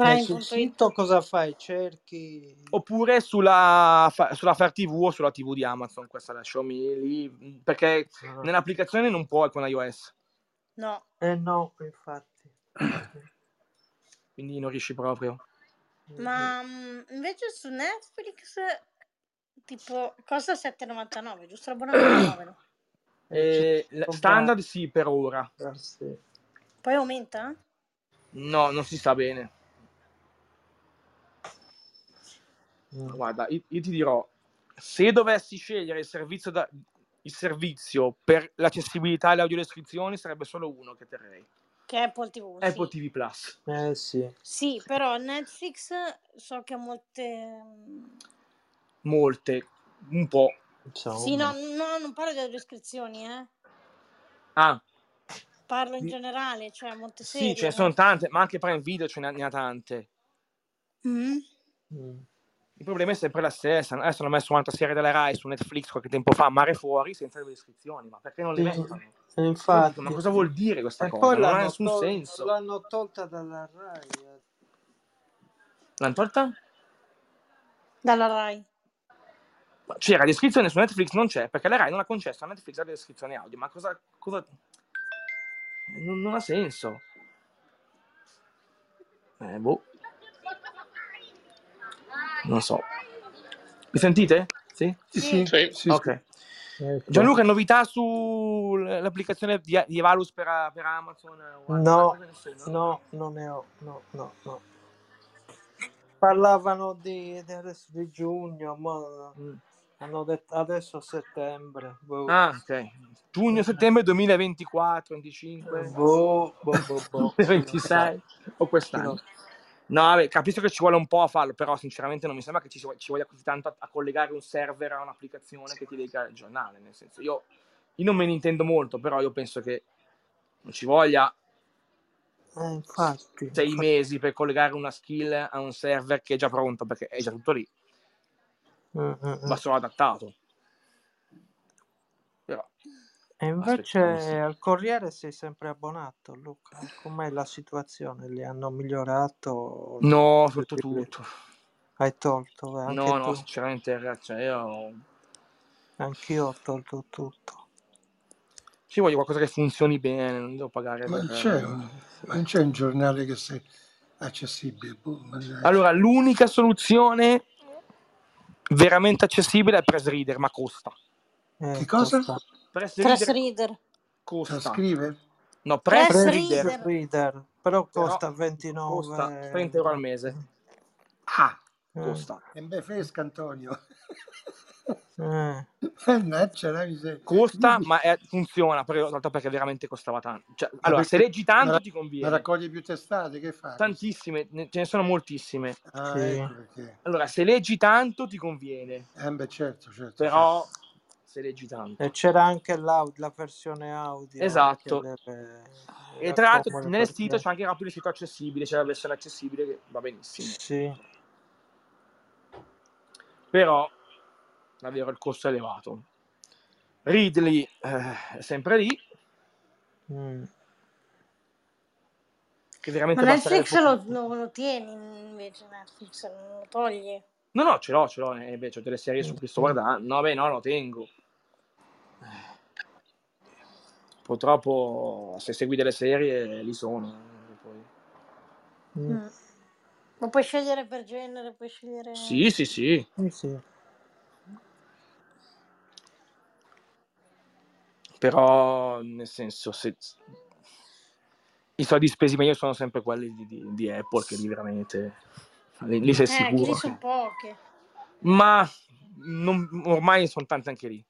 [SPEAKER 4] E
[SPEAKER 2] Eh,
[SPEAKER 4] sul
[SPEAKER 3] Prime.it.
[SPEAKER 4] sito cosa fai? Cerchi...
[SPEAKER 2] Oppure sulla, fa- sulla Fire TV o sulla TV di Amazon, questa la Xiaomi lì, perché
[SPEAKER 4] Ah.
[SPEAKER 2] nell'applicazione non puoi con iOS,
[SPEAKER 3] No.
[SPEAKER 4] Eh no, infatti.
[SPEAKER 2] quindi non riesci proprio. Mm-hmm.
[SPEAKER 3] Ma mm, invece su Netflix, tipo, costa 7,99, giusto? L'abbonamento 9.
[SPEAKER 4] Eh, ci
[SPEAKER 2] E l-
[SPEAKER 4] sono
[SPEAKER 2] standard sì per ora,
[SPEAKER 4] diversi-
[SPEAKER 3] Poi aumenta?
[SPEAKER 2] no, non si sta bene.
[SPEAKER 4] Mm.
[SPEAKER 2] Ah, Guarda, io, io ti dirò, se dovessi scegliere il servizio, da- il servizio per l'accessibilità alle audiodescrizioni sarebbe solo uno che terrei,
[SPEAKER 3] Che è Apple TV,
[SPEAKER 2] Apple
[SPEAKER 3] sì.
[SPEAKER 2] TV Plus.
[SPEAKER 4] Eh sì.
[SPEAKER 3] Sì, però Netflix so che ha molte...
[SPEAKER 2] Molte, un po'.
[SPEAKER 3] Sì, no,
[SPEAKER 4] Insomma.
[SPEAKER 3] no, non parlo delle descrizioni, eh.
[SPEAKER 2] Ah,
[SPEAKER 3] Parlo in
[SPEAKER 2] di-
[SPEAKER 3] generale, cioè molte
[SPEAKER 2] sì, ce
[SPEAKER 3] serie.
[SPEAKER 2] ne sono
[SPEAKER 3] mo-
[SPEAKER 2] tante, ma anche Prime Video ce ne ha, ne ha tante.
[SPEAKER 3] Mm.
[SPEAKER 4] Mm.
[SPEAKER 2] Il problema è sempre la stessa. Adesso hanno messo un'altra serie della Rai su Netflix qualche tempo fa, Mare fuori, senza le descrizioni. Ma perché non le
[SPEAKER 4] Sì,
[SPEAKER 2] mettono? Io dico, ma
[SPEAKER 4] infatti.
[SPEAKER 2] cosa vuol dire questa
[SPEAKER 4] E
[SPEAKER 2] cosa?
[SPEAKER 4] poi
[SPEAKER 2] Non ha
[SPEAKER 4] l'hanno,
[SPEAKER 2] nessun
[SPEAKER 4] tol-
[SPEAKER 2] senso.
[SPEAKER 4] l'hanno tolta dalla Rai. eh.
[SPEAKER 2] L'hanno tolta?
[SPEAKER 3] Dalla Rai.
[SPEAKER 2] Ma C'era la descrizione su Netflix, non c'è, perché la Rai non ha concesso a Netflix la descrizione audio. Ma cosa... cosa... Non, non ha senso. Eh, boh. Non so. Mi sentite? Sì?
[SPEAKER 6] Sì, sì,
[SPEAKER 3] Sì.
[SPEAKER 5] Sì,
[SPEAKER 2] Ok.
[SPEAKER 4] eh.
[SPEAKER 2] Gianluca, novità sull'applicazione di, di Evalus per, per Amazon? o altre
[SPEAKER 4] No,
[SPEAKER 2] cose? Nessuna.
[SPEAKER 4] No, non ne ho, no, no, no. Parlavano di, di adesso di giugno, ma
[SPEAKER 2] Mm.
[SPEAKER 4] hanno detto adesso a settembre. Boh,
[SPEAKER 2] Ah, ok. Giugno-settembre 2024, 25,
[SPEAKER 4] boh, boh, boh, boh. chi lo sa,
[SPEAKER 2] 26 o
[SPEAKER 4] chi lo
[SPEAKER 2] quest'anno. No, vabbè, capisco che ci vuole un po' a farlo, però sinceramente non mi sembra che ci, si vo- ci voglia così tanto a, a collegare un server a un'applicazione che ti lega il giornale, nel senso, io, io non me ne intendo molto, però io penso che non ci voglia
[SPEAKER 4] Eh, infatti,
[SPEAKER 2] sei
[SPEAKER 4] infatti,
[SPEAKER 2] mesi per collegare una skill a un server che è già pronto, perché è già tutto lì,
[SPEAKER 4] Mm, mm, mm.
[SPEAKER 2] va solo adattato. Però,
[SPEAKER 4] E
[SPEAKER 2] aspettiamo. sì.
[SPEAKER 4] invece al Corriere sei sempre abbonato, Luca. Eh, Com'è la situazione? Li hanno migliorato? o no?
[SPEAKER 2] No, sotto tutto.
[SPEAKER 4] Hai tolto, eh, anche
[SPEAKER 2] No, no,
[SPEAKER 4] tu.
[SPEAKER 2] sinceramente, ragazzi, cioè io
[SPEAKER 4] Anch'io ho tolto tutto.
[SPEAKER 2] ci voglio qualcosa che funzioni bene, non devo pagare
[SPEAKER 6] Ma
[SPEAKER 2] per...
[SPEAKER 6] c'è, un- ma non c'è un giornale che sia accessibile? Boh, mannaggia.
[SPEAKER 2] Allora, l'unica soluzione veramente accessibile è Press Reader, ma costa.
[SPEAKER 4] Eh,
[SPEAKER 6] Che cosa?
[SPEAKER 4] costa.
[SPEAKER 2] Press
[SPEAKER 3] Press
[SPEAKER 2] Reader
[SPEAKER 3] reader.
[SPEAKER 6] La
[SPEAKER 4] Cioè,
[SPEAKER 2] costa.
[SPEAKER 6] scrive?
[SPEAKER 2] No, Press
[SPEAKER 3] Press
[SPEAKER 2] Reader
[SPEAKER 3] reader.
[SPEAKER 4] Press reader, però
[SPEAKER 2] però
[SPEAKER 4] costa 29
[SPEAKER 2] costa 30 euro al mese. Ah,
[SPEAKER 4] Eh,
[SPEAKER 2] costa.
[SPEAKER 6] E beh, fresca Antonio.
[SPEAKER 4] eh,
[SPEAKER 6] Mannaggia la miseria.
[SPEAKER 2] Costa,
[SPEAKER 4] Mm.
[SPEAKER 6] Quindi,
[SPEAKER 2] ma è- funziona, però in realtà perché veramente costava tanto. Cioè,
[SPEAKER 6] ma
[SPEAKER 2] allora, se
[SPEAKER 6] perché
[SPEAKER 2] leggi
[SPEAKER 6] non
[SPEAKER 2] tanto
[SPEAKER 6] ra-
[SPEAKER 2] ti
[SPEAKER 6] non
[SPEAKER 2] conviene.
[SPEAKER 6] raccoglie più testate? Che fa?
[SPEAKER 2] Tantissime, ne- ce ne sono moltissime.
[SPEAKER 6] Ah,
[SPEAKER 4] sì.
[SPEAKER 6] ecco perché.
[SPEAKER 2] Allora, se leggi tanto ti conviene,
[SPEAKER 6] Eh beh, certo, certo, certo.
[SPEAKER 2] però se leggi
[SPEAKER 4] E
[SPEAKER 2] tanto.
[SPEAKER 4] c'era anche l'au- la versione audio, anche
[SPEAKER 2] Esatto.
[SPEAKER 4] le,
[SPEAKER 2] E
[SPEAKER 4] era
[SPEAKER 2] tra l'altro
[SPEAKER 4] comodo
[SPEAKER 2] nel sito
[SPEAKER 4] perché
[SPEAKER 2] c'è anche proprio il sito accessibile, c'è la versione accessibile che va benissimo.
[SPEAKER 4] sì,
[SPEAKER 2] Però, davvero, il costo è elevato. Ridley eh, è sempre lì,
[SPEAKER 4] mm,
[SPEAKER 2] che
[SPEAKER 3] Ma
[SPEAKER 2] veramente basterebbe
[SPEAKER 3] Netflix lo,
[SPEAKER 2] pochissimo.
[SPEAKER 3] lo, lo tieni invece, Netflix non lo togli.
[SPEAKER 2] No, no, ce l'ho, ce l'ho, eh, beh, c'ho delle serie su cui sto
[SPEAKER 4] mm,
[SPEAKER 2] guardando. No, beh, no, lo tengo. Purtroppo, se segui delle serie, lì sono. eh, Poi-
[SPEAKER 4] mm.
[SPEAKER 3] Mm. Ma puoi scegliere per genere, puoi scegliere...
[SPEAKER 2] Sì, sì, sì.
[SPEAKER 4] Eh sì.
[SPEAKER 2] Però, nel senso, se... i soldi spesi meglio sono sempre quelli di, di- di Apple, che lì veramente... Lì, lì sei
[SPEAKER 3] Eh, che lì
[SPEAKER 2] sicuro.
[SPEAKER 3] sono
[SPEAKER 2] che-
[SPEAKER 3] poche.
[SPEAKER 2] Ma non- ormai sono tanti anche lì.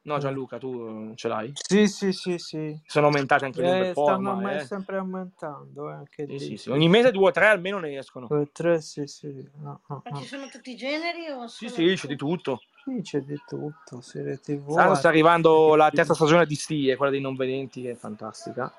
[SPEAKER 2] No,
[SPEAKER 4] mm.
[SPEAKER 2] Gianluca, tu eh, ce l'hai?
[SPEAKER 4] Sì, sì, sì, sì.
[SPEAKER 2] Sono aumentate anche lì un bel
[SPEAKER 4] Eh,
[SPEAKER 2] po'
[SPEAKER 4] stanno
[SPEAKER 2] ormai,
[SPEAKER 4] mai
[SPEAKER 2] eh.
[SPEAKER 4] sempre aumentando, eh, anche
[SPEAKER 2] Sì, sì,
[SPEAKER 4] lì.
[SPEAKER 2] sì. Ogni mese due o tre almeno ne escono.
[SPEAKER 4] Due, tre, sì, sì. Ah, ah,
[SPEAKER 3] Ma ci
[SPEAKER 4] ah.
[SPEAKER 3] sono tutti i generi o
[SPEAKER 2] Sì,
[SPEAKER 3] solo
[SPEAKER 2] sì, c'è di
[SPEAKER 3] tu?
[SPEAKER 2] tutto.
[SPEAKER 4] Sì, c'è di tutto, serie TV,
[SPEAKER 2] Sta, sta arrivando la terza
[SPEAKER 4] anche...
[SPEAKER 2] stagione di Sì, è quella dei non vedenti, che è fantastica.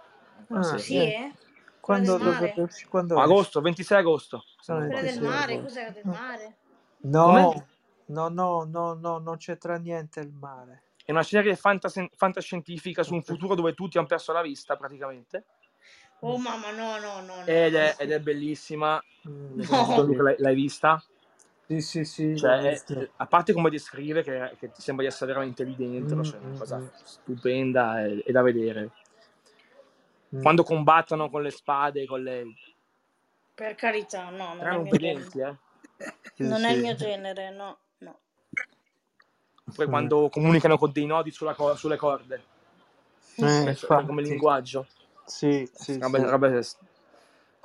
[SPEAKER 2] Una
[SPEAKER 4] Ah,
[SPEAKER 3] Sì,
[SPEAKER 2] serie.
[SPEAKER 4] eh.
[SPEAKER 3] eh? Quella del
[SPEAKER 4] Quando dovrebbe
[SPEAKER 3] mare.
[SPEAKER 4] uscire? Quando esce?
[SPEAKER 2] Agosto, 26 agosto, se
[SPEAKER 4] Ah,
[SPEAKER 2] non
[SPEAKER 3] Quella
[SPEAKER 2] sbaglio.
[SPEAKER 3] del
[SPEAKER 4] 26
[SPEAKER 3] mare,
[SPEAKER 4] agosto.
[SPEAKER 3] cos'era del
[SPEAKER 2] Mm.
[SPEAKER 4] Ah.
[SPEAKER 3] mare?
[SPEAKER 2] Com'è?
[SPEAKER 4] No, no, no, no, no, non c'entra niente il mare.
[SPEAKER 2] È una serie fantas- fantascientifica su un
[SPEAKER 4] Ok.
[SPEAKER 2] futuro dove tutti hanno perso la vista, praticamente.
[SPEAKER 3] Oh mamma, no, no, no, no,
[SPEAKER 2] Ed
[SPEAKER 3] no,
[SPEAKER 2] è,
[SPEAKER 3] no.
[SPEAKER 2] ed è bellissima.
[SPEAKER 4] Mm,
[SPEAKER 2] Nel
[SPEAKER 4] sì,
[SPEAKER 2] senso,
[SPEAKER 3] No,
[SPEAKER 2] Gianluca,
[SPEAKER 4] sì,
[SPEAKER 2] l'hai, l'hai vista?
[SPEAKER 4] sì, sì, sì, l'ho
[SPEAKER 2] Cioè, è-
[SPEAKER 4] visto.
[SPEAKER 2] a parte come descrive, che, che ti sembra di essere veramente lì dentro,
[SPEAKER 4] Mm,
[SPEAKER 2] cioè, è una
[SPEAKER 4] mm,
[SPEAKER 2] cosa
[SPEAKER 4] mm,
[SPEAKER 2] stupenda e, e da vedere.
[SPEAKER 4] mm.
[SPEAKER 2] Quando combattono con le spade, con le...
[SPEAKER 3] per carità, no, non
[SPEAKER 2] tra
[SPEAKER 3] è il
[SPEAKER 2] non
[SPEAKER 3] mio genere.
[SPEAKER 2] vedenti, eh.
[SPEAKER 4] Sì,
[SPEAKER 3] Non è il
[SPEAKER 4] sì.
[SPEAKER 3] mio genere, no, no.
[SPEAKER 2] Poi
[SPEAKER 4] Mm.
[SPEAKER 2] quando comunicano con dei nodi sulla co- sulle corde,
[SPEAKER 4] Eh,
[SPEAKER 2] penso, per- come
[SPEAKER 4] infatti,
[SPEAKER 2] linguaggio.
[SPEAKER 4] sì,
[SPEAKER 2] È
[SPEAKER 4] sì,
[SPEAKER 2] una
[SPEAKER 4] sì.
[SPEAKER 2] bella roba. è-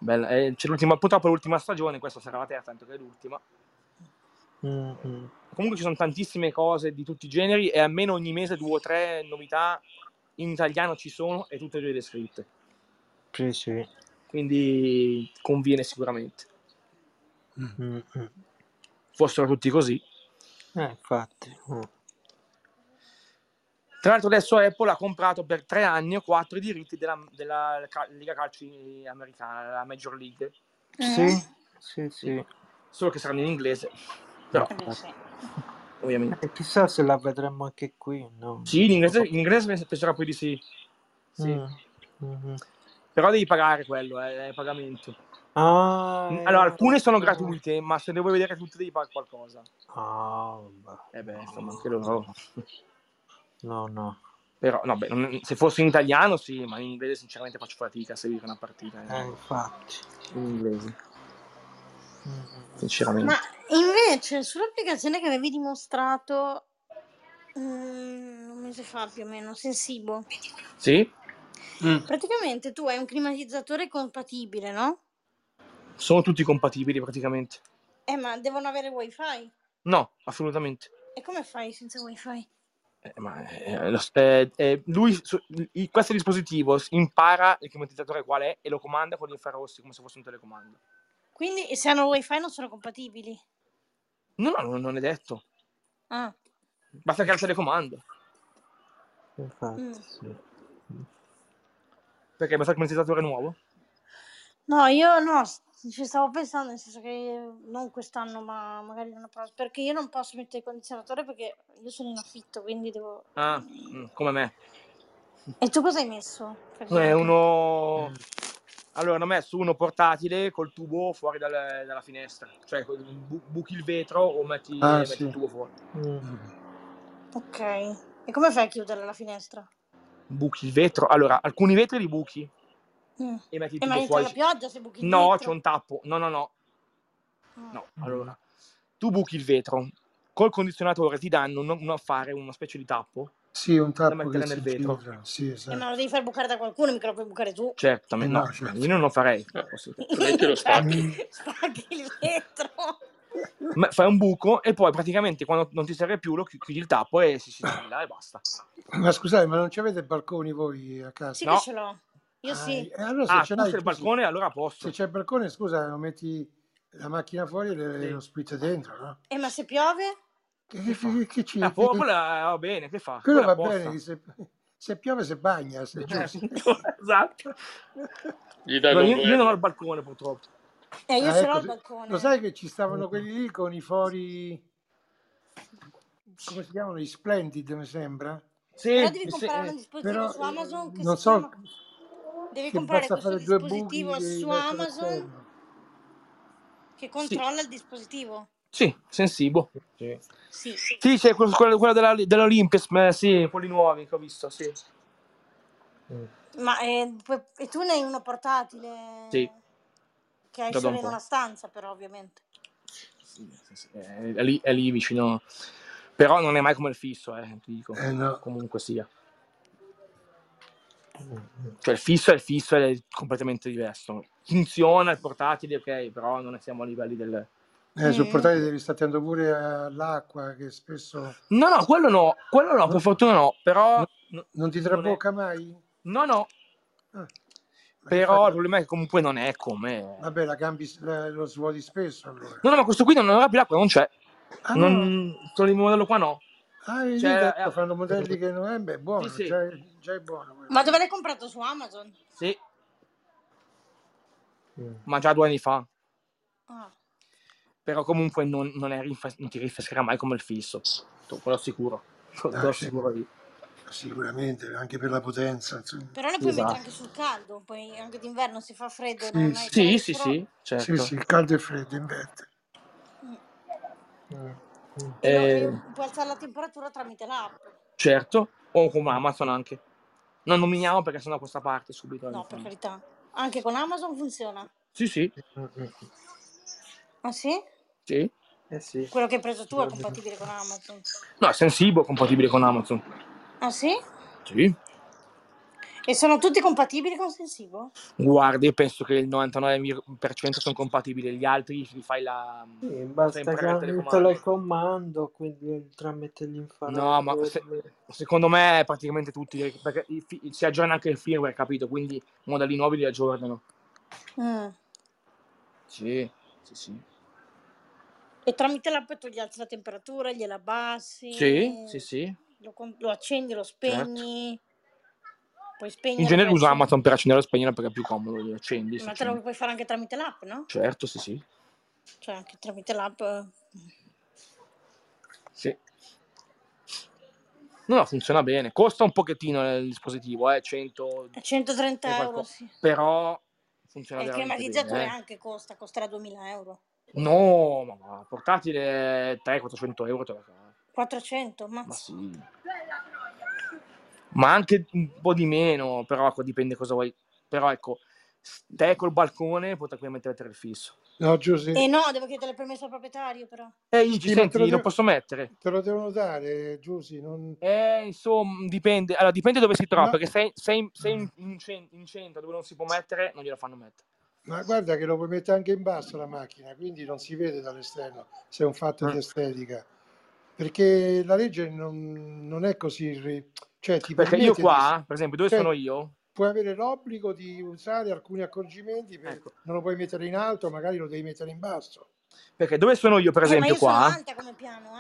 [SPEAKER 2] bella. Eh, c'è l'ultima, purtroppo è l'ultima stagione, questa sarà la terza, tanto che è l'ultima.
[SPEAKER 4] Mm, mm.
[SPEAKER 2] Comunque ci sono tantissime cose di tutti i generi e almeno ogni mese due o tre novità in italiano ci sono e tutte e due le scritte.
[SPEAKER 4] Sì, sì.
[SPEAKER 2] Quindi conviene sicuramente.
[SPEAKER 6] Mm.
[SPEAKER 4] Mm, mm.
[SPEAKER 2] Fossero tutti così.
[SPEAKER 4] Eh, infatti. mm.
[SPEAKER 3] Eh.
[SPEAKER 2] Tra l'altro adesso Apple ha comprato per tre anni o quattro i diritti della, della ca- Liga Calci americana, la Major League.
[SPEAKER 4] Sì,
[SPEAKER 3] Eh?
[SPEAKER 4] sì,
[SPEAKER 2] Sì.
[SPEAKER 4] sì.
[SPEAKER 2] Solo che saranno in inglese, però
[SPEAKER 3] Eh beh,
[SPEAKER 4] Infatti.
[SPEAKER 3] sì.
[SPEAKER 2] Ah. ovviamente.
[SPEAKER 4] Eh, chissà se la vedremo anche qui, no?
[SPEAKER 2] Sì, in inglese, in inglese penso- penserà poi di sì. Sì.
[SPEAKER 4] Mm, mhm.
[SPEAKER 2] Però devi pagare quello, eh, è pagamento.
[SPEAKER 4] Ah,
[SPEAKER 3] Eh,
[SPEAKER 2] Mm, Allora,
[SPEAKER 4] era
[SPEAKER 2] alcune sono
[SPEAKER 4] quello.
[SPEAKER 2] gratuite, ma se le vuoi vedere tutte devi pagare qualcosa.
[SPEAKER 4] Ah, vabbè.
[SPEAKER 2] Eh beh, insomma, anche
[SPEAKER 4] no,
[SPEAKER 2] loro.
[SPEAKER 4] no, no.
[SPEAKER 2] Però, no, beh, non- se fosse in italiano sì, ma in inglese sinceramente faccio fatica a seguire una partita
[SPEAKER 4] Eh,
[SPEAKER 2] in,
[SPEAKER 4] infatti.
[SPEAKER 2] in inglese,
[SPEAKER 4] Mm,
[SPEAKER 3] Ma
[SPEAKER 2] sinceramente.
[SPEAKER 3] invece, sull'applicazione che avevi dimostrato mm, un mese fa più o meno, Sensibo.
[SPEAKER 2] Sì?
[SPEAKER 3] Praticamente tu hai un climatizzatore compatibile, no?
[SPEAKER 2] Sono tutti compatibili praticamente.
[SPEAKER 3] Eh, ma devono avere wifi.
[SPEAKER 2] No, assolutamente.
[SPEAKER 3] E come fai senza wifi?
[SPEAKER 2] Eh, ma, eh, lo- eh, eh, lui, su- il- questo dispositivo s- impara il climatizzatore qual è e lo comanda con gli infrarossi come se fosse un telecomando.
[SPEAKER 3] Quindi se hanno wifi non sono compatibili.
[SPEAKER 2] No, no, non- non è detto.
[SPEAKER 3] Ah,
[SPEAKER 2] Basta che ha il telecomando.
[SPEAKER 4] Infatti,
[SPEAKER 3] mm.
[SPEAKER 4] sì.
[SPEAKER 2] Perché basta il climatizzatore nuovo?
[SPEAKER 3] No, io no, s- ci stavo pensando, nel senso che non quest'anno, ma magari l'anno prossimo, perché io non posso mettere il condizionatore perché io sono in affitto, quindi devo...
[SPEAKER 2] Ah, mm, come me.
[SPEAKER 3] E tu cosa hai messo? per
[SPEAKER 2] È
[SPEAKER 3] esempio?
[SPEAKER 2] Eh, uno...
[SPEAKER 6] Mm.
[SPEAKER 2] Allora, hanno messo uno portatile col tubo fuori dal- dalla finestra. Cioè, col- bu- buchi il vetro o metti,
[SPEAKER 6] Ah,
[SPEAKER 2] metti
[SPEAKER 6] sì.
[SPEAKER 2] il tubo fuori.
[SPEAKER 4] Mm.
[SPEAKER 3] Ok. E come fai a chiudere la finestra?
[SPEAKER 2] Buchi il vetro? Allora, alcuni vetri li buchi
[SPEAKER 3] Mm.
[SPEAKER 2] e metti il
[SPEAKER 3] E ma
[SPEAKER 2] tubo
[SPEAKER 3] entra
[SPEAKER 2] fuori.
[SPEAKER 3] la pioggia se buchi il
[SPEAKER 2] No, c'è
[SPEAKER 3] vetro?
[SPEAKER 2] un tappo. No, no, no.
[SPEAKER 3] Ah.
[SPEAKER 2] No,
[SPEAKER 4] Mm.
[SPEAKER 2] allora, tu buchi il vetro, col condizionatore ti danno un, un affare, una specie di tappo,
[SPEAKER 6] Sì, un
[SPEAKER 2] Da
[SPEAKER 6] tappo
[SPEAKER 2] mettere
[SPEAKER 6] che
[SPEAKER 2] nel
[SPEAKER 6] si
[SPEAKER 2] vetro.
[SPEAKER 6] chiude. Sì,
[SPEAKER 3] Eh, ma
[SPEAKER 6] esatto.
[SPEAKER 3] lo devi far bucare da qualcuno, mica lo puoi bucare tu.
[SPEAKER 2] certamente, Eh, no,
[SPEAKER 6] No, certo.
[SPEAKER 2] io non lo farei. Posso-
[SPEAKER 5] Metti
[SPEAKER 2] Ah,
[SPEAKER 5] lo spacchi.
[SPEAKER 3] Cioè, Spacchi il vetro.
[SPEAKER 2] Ma fai un buco e poi praticamente quando non ti serve più lo chi- chiudi il tappo e si sigilla e basta.
[SPEAKER 6] Ma scusate, ma non ci avete balconi voi a casa?
[SPEAKER 3] Sì
[SPEAKER 2] No.
[SPEAKER 3] che ce l'ho. Io sì.
[SPEAKER 6] Ah, e allora se
[SPEAKER 2] Ah,
[SPEAKER 6] ce
[SPEAKER 2] tu
[SPEAKER 6] l'hai,
[SPEAKER 2] sei il
[SPEAKER 6] tu sì.
[SPEAKER 2] balcone, allora posso. Eh,
[SPEAKER 6] Se c'è il balcone, scusa, lo metti la macchina fuori e le-
[SPEAKER 2] Sì.
[SPEAKER 6] lo spit dentro, no?
[SPEAKER 3] E Eh, ma se piove?
[SPEAKER 6] Che,
[SPEAKER 2] Che fa? Ah,
[SPEAKER 6] che- che ci...
[SPEAKER 2] La
[SPEAKER 6] che-
[SPEAKER 2] popola eh, va bene, che fa?
[SPEAKER 6] quello
[SPEAKER 2] Quella
[SPEAKER 6] va
[SPEAKER 2] possa.
[SPEAKER 6] bene, se, se piove si bagna, se è
[SPEAKER 2] Eh,
[SPEAKER 6] giusto.
[SPEAKER 2] appunto, esatto.
[SPEAKER 5] Gli dai
[SPEAKER 2] No,
[SPEAKER 5] un
[SPEAKER 2] io, io non ho
[SPEAKER 5] duello.
[SPEAKER 2] il balcone purtroppo.
[SPEAKER 3] Eh, io
[SPEAKER 6] Ah,
[SPEAKER 3] ce
[SPEAKER 6] ecco,
[SPEAKER 3] l'ho il
[SPEAKER 6] se-
[SPEAKER 3] balcone.
[SPEAKER 6] Lo sai che ci stavano quelli lì con i fori... Come si chiamano? I Splendid, mi sembra?
[SPEAKER 2] Sì,
[SPEAKER 3] Però devi
[SPEAKER 2] mi se-
[SPEAKER 3] comprare un
[SPEAKER 2] eh,
[SPEAKER 3] dispositivo
[SPEAKER 6] Però
[SPEAKER 3] su Amazon
[SPEAKER 6] eh,
[SPEAKER 3] che
[SPEAKER 6] non
[SPEAKER 3] si
[SPEAKER 6] so
[SPEAKER 3] chiama... Devi
[SPEAKER 6] che
[SPEAKER 3] comprare
[SPEAKER 6] basta
[SPEAKER 3] questo
[SPEAKER 6] fare due buchi
[SPEAKER 3] dispositivo
[SPEAKER 6] e il
[SPEAKER 3] su
[SPEAKER 6] resto va
[SPEAKER 3] Amazon
[SPEAKER 6] fermo.
[SPEAKER 3] che controlla il dispositivo.
[SPEAKER 2] sì, sensibo. Sì.
[SPEAKER 3] Sì.
[SPEAKER 2] Sì, c'è quel- quella, quella della, dell'Olympus, ma sì, quelli nuovi che ho visto, sì.
[SPEAKER 3] Ma eh, pu- e tu ne hai uno portatile?
[SPEAKER 2] Sì.
[SPEAKER 3] Che hai
[SPEAKER 2] Già da un
[SPEAKER 3] solo in
[SPEAKER 2] po'.
[SPEAKER 3] una stanza, però, ovviamente.
[SPEAKER 2] Sì, sì, sì, È, è lì, è lì vicino. Però non è mai come il fisso, eh, ti dico.
[SPEAKER 6] Eh no,
[SPEAKER 2] Comunque sia. Cioè il fisso è il fisso ed è completamente diverso. Funziona il portatile, ok, però non siamo a livelli del...
[SPEAKER 6] eh, sul
[SPEAKER 3] Mm.
[SPEAKER 6] portale devi stare attento pure all'acqua che spesso
[SPEAKER 2] No, no, quello no, quello no, per fortuna no, però... no,
[SPEAKER 6] non ti
[SPEAKER 2] non è-
[SPEAKER 6] trabocca mai.
[SPEAKER 2] No, no,
[SPEAKER 6] Ah, ma che
[SPEAKER 2] però il
[SPEAKER 6] fai?
[SPEAKER 2] problema è che comunque non è come...
[SPEAKER 6] Vabbè, la cambi, la- lo svuoti spesso allora.
[SPEAKER 2] No, no, ma questo qui non era più l'acqua, non c'è.
[SPEAKER 6] Ah no,
[SPEAKER 2] Non... Solo il modello qua no.
[SPEAKER 6] ah, vedi,
[SPEAKER 2] Cioè,
[SPEAKER 6] adesso fanno modelli che non è, beh,
[SPEAKER 2] Sì,
[SPEAKER 6] buono,
[SPEAKER 2] sì.
[SPEAKER 6] già, già è buono. quello.
[SPEAKER 3] Ma dove l'hai comprato su Amazon?
[SPEAKER 2] Sì,
[SPEAKER 4] Mm.
[SPEAKER 2] ma già due anni fa.
[SPEAKER 3] Ah.
[SPEAKER 2] Però comunque non, non è rinfres- non ti rinfrescherà mai come il fisso. Tu, Quello sicuro. Quello
[SPEAKER 6] Ah, sì,
[SPEAKER 2] sicuro lì.
[SPEAKER 6] sicuramente, anche per la potenza, insomma.
[SPEAKER 3] Però le puoi mettere anche
[SPEAKER 2] Esatto.
[SPEAKER 3] sul caldo, poi anche d'inverno se fa freddo e
[SPEAKER 6] Sì,
[SPEAKER 3] non hai
[SPEAKER 6] sì,
[SPEAKER 2] Sì, sì, sì,
[SPEAKER 3] calorifero.
[SPEAKER 6] sì,
[SPEAKER 2] certo.
[SPEAKER 6] Eh, sì, caldo e freddo, inverte.
[SPEAKER 4] Mm. Mm.
[SPEAKER 3] E, lo- e
[SPEAKER 2] Eh,
[SPEAKER 3] puoi alzare la temperatura tramite l'app.
[SPEAKER 2] certo. O con Amazon anche. Non nominiamo perché sennò questa parte subito.
[SPEAKER 3] No, per carità. Anche con Amazon funziona.
[SPEAKER 2] Sì, sì,
[SPEAKER 4] Mm. Mm.
[SPEAKER 3] Ah sì?
[SPEAKER 2] sì.
[SPEAKER 4] Eh sì.
[SPEAKER 3] Quello che hai preso tu è compatibile con Amazon.
[SPEAKER 2] No, è Sensibo è compatibile con Amazon.
[SPEAKER 3] Ah sì?
[SPEAKER 2] Sì.
[SPEAKER 3] E sono tutti compatibili con Sensivo?
[SPEAKER 2] Guardi, penso che il 99% sono compatibili, gli altri li fai la...
[SPEAKER 4] Sì, basta che
[SPEAKER 2] sempre il
[SPEAKER 4] hanno il
[SPEAKER 2] telecomando.
[SPEAKER 4] telecomando, quindi tramite
[SPEAKER 2] No, ma
[SPEAKER 4] l'infrarossi.
[SPEAKER 2] se- secondo me praticamente tutti, perché i fi- si aggiorna anche il firmware, capito? Quindi modelli nuovi li aggiornano.
[SPEAKER 3] Mm.
[SPEAKER 2] Sì, sì, sì.
[SPEAKER 3] E tramite l'app tu gli alzi la temperatura, gliela abbassi,
[SPEAKER 2] Sì, sì, sì.
[SPEAKER 3] Lo, con- lo accendi, lo spegni, puoi
[SPEAKER 2] Certo. In
[SPEAKER 3] spegnere,
[SPEAKER 2] genere
[SPEAKER 3] puoi
[SPEAKER 2] uso
[SPEAKER 3] accendere.
[SPEAKER 2] Amazon per accendere e spegnere perché è più comodo, li accendi, si
[SPEAKER 3] Ma te lo
[SPEAKER 2] accende.
[SPEAKER 3] puoi fare anche tramite l'app, no?
[SPEAKER 2] Certo, sì, sì.
[SPEAKER 3] Cioè anche tramite l'app. eh.
[SPEAKER 2] Sì. No, no, funziona bene. Costa un pochettino il dispositivo, eh, 100
[SPEAKER 3] A
[SPEAKER 2] e
[SPEAKER 3] 130 euro,
[SPEAKER 2] qualcosa.
[SPEAKER 3] sì.
[SPEAKER 2] Però funziona
[SPEAKER 3] E il
[SPEAKER 2] veramente
[SPEAKER 3] climatizzatore
[SPEAKER 2] bene, eh.
[SPEAKER 3] anche costa, costerà 2000 euro.
[SPEAKER 2] No, ma, ma portatile 300-400 euro te la cavi.
[SPEAKER 3] 400,
[SPEAKER 2] Ma
[SPEAKER 3] mazza.
[SPEAKER 2] sì. Ma anche un po' di meno, però ecco, dipende cosa vuoi. Però ecco, te col balcone potrai qui mettere il fisso.
[SPEAKER 6] No, Giuseppe.
[SPEAKER 3] E Eh, no, devo chiedere il permesso al proprietario, però.
[SPEAKER 2] E gli
[SPEAKER 6] Sì, ma te
[SPEAKER 2] senti,
[SPEAKER 6] lo
[SPEAKER 2] non
[SPEAKER 6] devo-
[SPEAKER 2] posso mettere.
[SPEAKER 6] Te lo devono dare, Giusi. Non...
[SPEAKER 2] Eh, insomma, dipende. Allora, dipende dove si trova,
[SPEAKER 6] No.
[SPEAKER 2] perché se, se in, se in- in cen- in centro dove non si può mettere, non gliela fanno mettere.
[SPEAKER 6] Ma guarda che lo puoi mettere anche in basso la macchina, quindi non si vede dall'esterno se è un fatto di
[SPEAKER 2] Mm.
[SPEAKER 6] estetica. Perché la legge non, non è così... ri- Cioè, ti
[SPEAKER 2] Perché io
[SPEAKER 6] permette di-
[SPEAKER 2] qua, per esempio, dove
[SPEAKER 6] Cioè,
[SPEAKER 2] sono io,
[SPEAKER 6] puoi avere l'obbligo di usare alcuni accorgimenti, per-
[SPEAKER 2] Ecco.
[SPEAKER 6] non lo puoi mettere in alto, magari lo devi mettere in basso.
[SPEAKER 2] perché dove sono io, per
[SPEAKER 3] Eh, ma
[SPEAKER 2] esempio,
[SPEAKER 3] io sono
[SPEAKER 2] qua,
[SPEAKER 3] alta come piano,